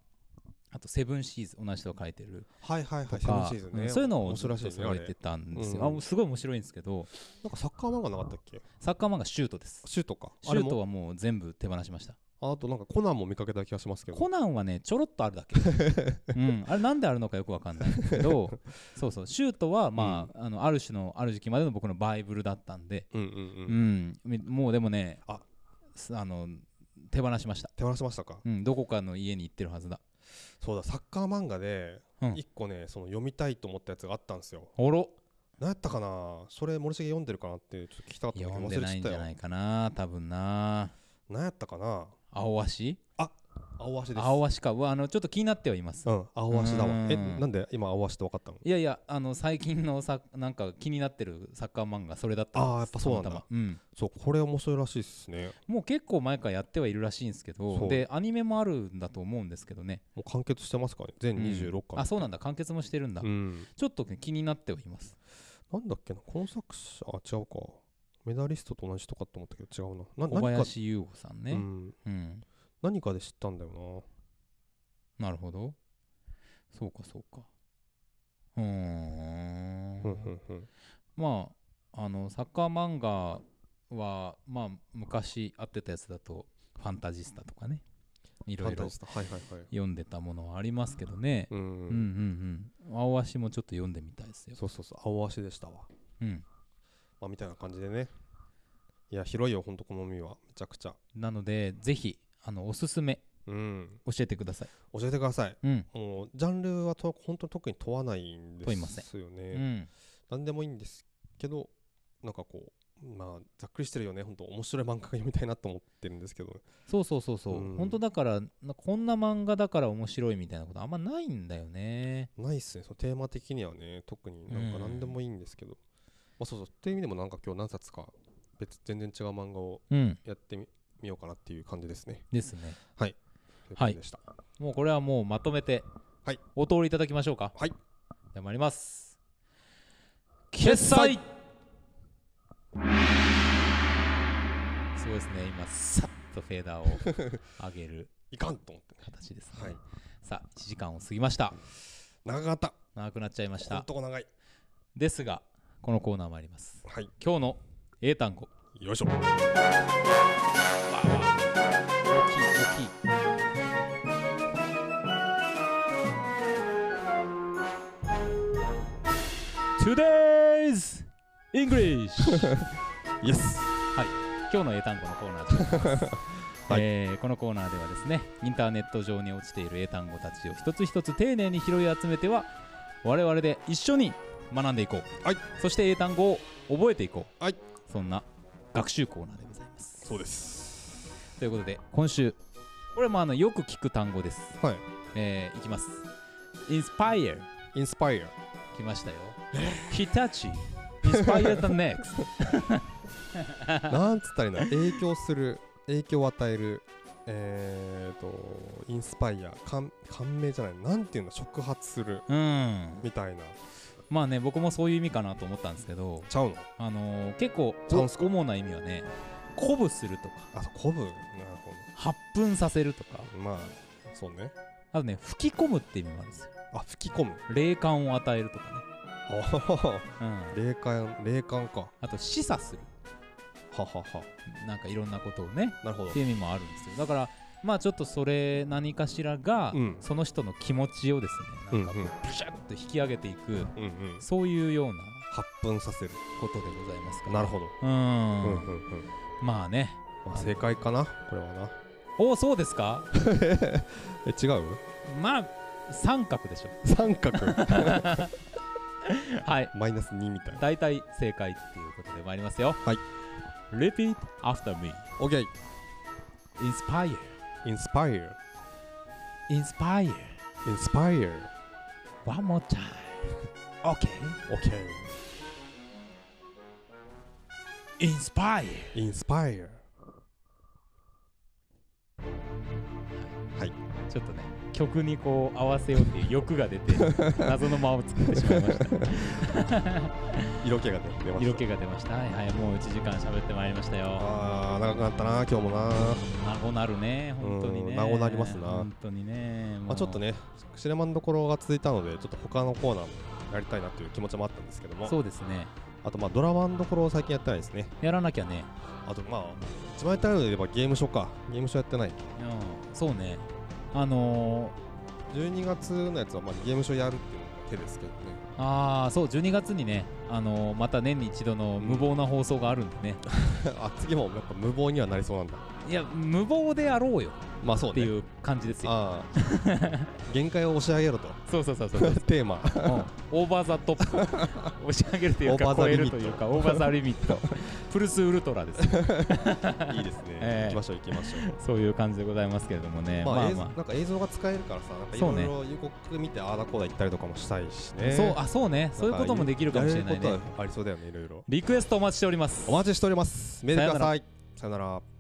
あと「セブンシーズ」同じ人が書いてるはいはいはとい、セブンか、シーズンうね。んそういうのを面ず白っいとですね。あ揃えれてたんですよ、うんあすごい面白いんですけどなんかサッカー漫画なかったっけサッカー漫画「シュート」ですシュートか。シュートははもう全部手放しましたああとなんかコナンも見かけた気がしますけど。コナンはねちょろっとあるだ け、うん、あれなんであるのかよくわかんないんですけどそうそうシュートはまあ,、あのある種のある時期までの僕のバイブルだったんで、うんうんううん。んみもうでもねあすあの手放しました、手放しましたか。うん、どこかの家に行ってるはずだそうだ、サッカー漫画でうん、一個ね、その読みたいと思ったやつがあったんですよ。おろ何やったかなそれ、森重読んでるかなって、ちょっと聞きたかった読んんでだなけど、忘いれんちじゃゃったないよ。かな多分な何やったかな青足青足です。青足かうわあのちょっと気になってはいますうん、青足だうわ。んえ、なんで今青足って分かったのいやいやあの最近のさなんか気になってるサッカー漫画それだったんですあーやっぱそうなんだたまたまうんそう、これ面白いらしいですね。もう結構前からやってはいるらしいんですけそどうでアニメもあるんだと思うんですけどねもう完結してますからね。全26巻。あそうなんだ完結もしてるんだ、うん。ちょっとね気になってはいますなんだっけな、この作者、あ、違うか。メダリストと同じ人かと思ったけど違うな。な小何か、林優吾さんね、ううんん、何かで知ったんだよなるほどそうかそうかうーんな。うんうんうん。まああのサッカー漫画はまあ昔合ってたやつだと「ファンタジスタ」とかねいフろァンいタろジスタ。はいはいはい。読んでたものはありますけどね、ううんん。うんうん青足もちょっと読んでみたいですよ、そうそうそう、青足でしたわ。うん、まあ、みたいな感じでね。いや、広いよ、ほんと、この海は。めちゃくちゃ。なのでぜひあのおすすめうん。教えてください、教えてください。うんもう、ジャンルはと本当に特に問わないんで問いませすようね。ん、何でもいいんですけど、なんかこう、まあ、ざっくりしてるよね。ほんと、面白い漫画が読みたいなと思ってるんですけど。そうそうそうそう、うん本当だからなこんな漫画だから面白いみたいなことあんまないんだよねないっすねそのテーマ的にはね特になんかうん何でもいいんですけど、まあそうそうっていう意味でもなんか今日何冊か別全然違う漫画をうんやってみみようかなっていう感じですねですねとうことでしたもうこれはもうまとめてはいお通りいただきましょうかはいでは参ります決済すごいですね今さっとフェーダーを上げるいかんと思ってね形ですね、はいさあ1時間を過ぎました長かった長くなっちゃいましほんたとこ長いですがこのコーナー参りますはい今日の英単語よいしょ大きい大きい Today's English イエス今日の英単語のコーナーでございます、 はいえーこのコーナーではですねインターネット上に落ちている英単語たちを一つ一つ丁寧に拾い集めては我々で一緒に学んでいこう、はいそして英単語を覚えていこう、はいそんな学習コーナーでございますそうですということで今週これもあのよく聞く単語です、はいえーいきますインスパイアインスパイア来ましたよ日立インスパイア the next なんつったらいいんだ影響する影響を与えるえーとインスパイア感感銘じゃないなんていうんだ触発するうんみたいなまあね僕もそういう意味かなと思ったんですけどちゃうのあのー結構チャンスか主な意味はね鼓舞するとかあそう鼓舞なるほど発奮させるとかまあそうねあとね吹き込むって意味もあるんですよあ吹き 込む霊感を与えるとかあね、うん、霊感霊感かはあと示唆するははなんかいろんなことをねなるほどっていう意味もあるんですよだからまあちょっとそれ何かしらが、うんその人の気持ちをですうねんなんかうんブシャッと引き上げていく、うんうんそういうような発奮させることでございますからなるほどうーんうんうんうんまあねまあ正解かなこれはなおそうですかえ違うまあ三角でし ょ三角はいマイナス2みたいな大体正解っていうことで参りますよはい Repeat after me OK Inspire インスパイア Inspire インスパイア One more time OK OK Inspire インスパイアちょっとね曲にこう合わせようっていう欲が 出て謎の間を作ってしまいました色気が出出ました色気が出ましたはいはいもう1時間喋ってまいりましたよあー長くなったな今日もな、孫なるね本当にうねん孫なりますな本当にねもまうあ、ちょっとね知れまんどころが続いたのでちょっと他のコーナーもやりたいなという気持ちもあったんですけどもそうですねあとまあドラマんどころを最近やってないですねやらなきゃねあとまあ一番やったいので言えばゲームショーかゲームショーやってないうんそうねあの12月のやつはまあゲームショーやるっていうのが手ですけどねー、ああそう12月にねあのー、また年に一度の無謀な放送があるんでね、 あ次もやっぱ無謀にはなりそうなんだいや無謀であろうよまあそうっねていう感じですよ ああ限界を押し上げろとそうそうそうそうテーマうんオーバーザト ップ押し上げるというオかーバー超ザえリミるットというかオーバーザリミットプルスウルトラですよいいですね、ええ行きましょう行きましょう そういう感じでございますけれどもねまあ、まあ映像まなんか映像が使えるからさ、なんかいそうねろいろ予告見て、ああだこうだ言ったりとかもしたいしあね。そうあそうねそういうこともできるかもしれないやねることはありそうだよね、いろいろ。リクエストお待ちしておりますお待ちしております。メールください。さよなら。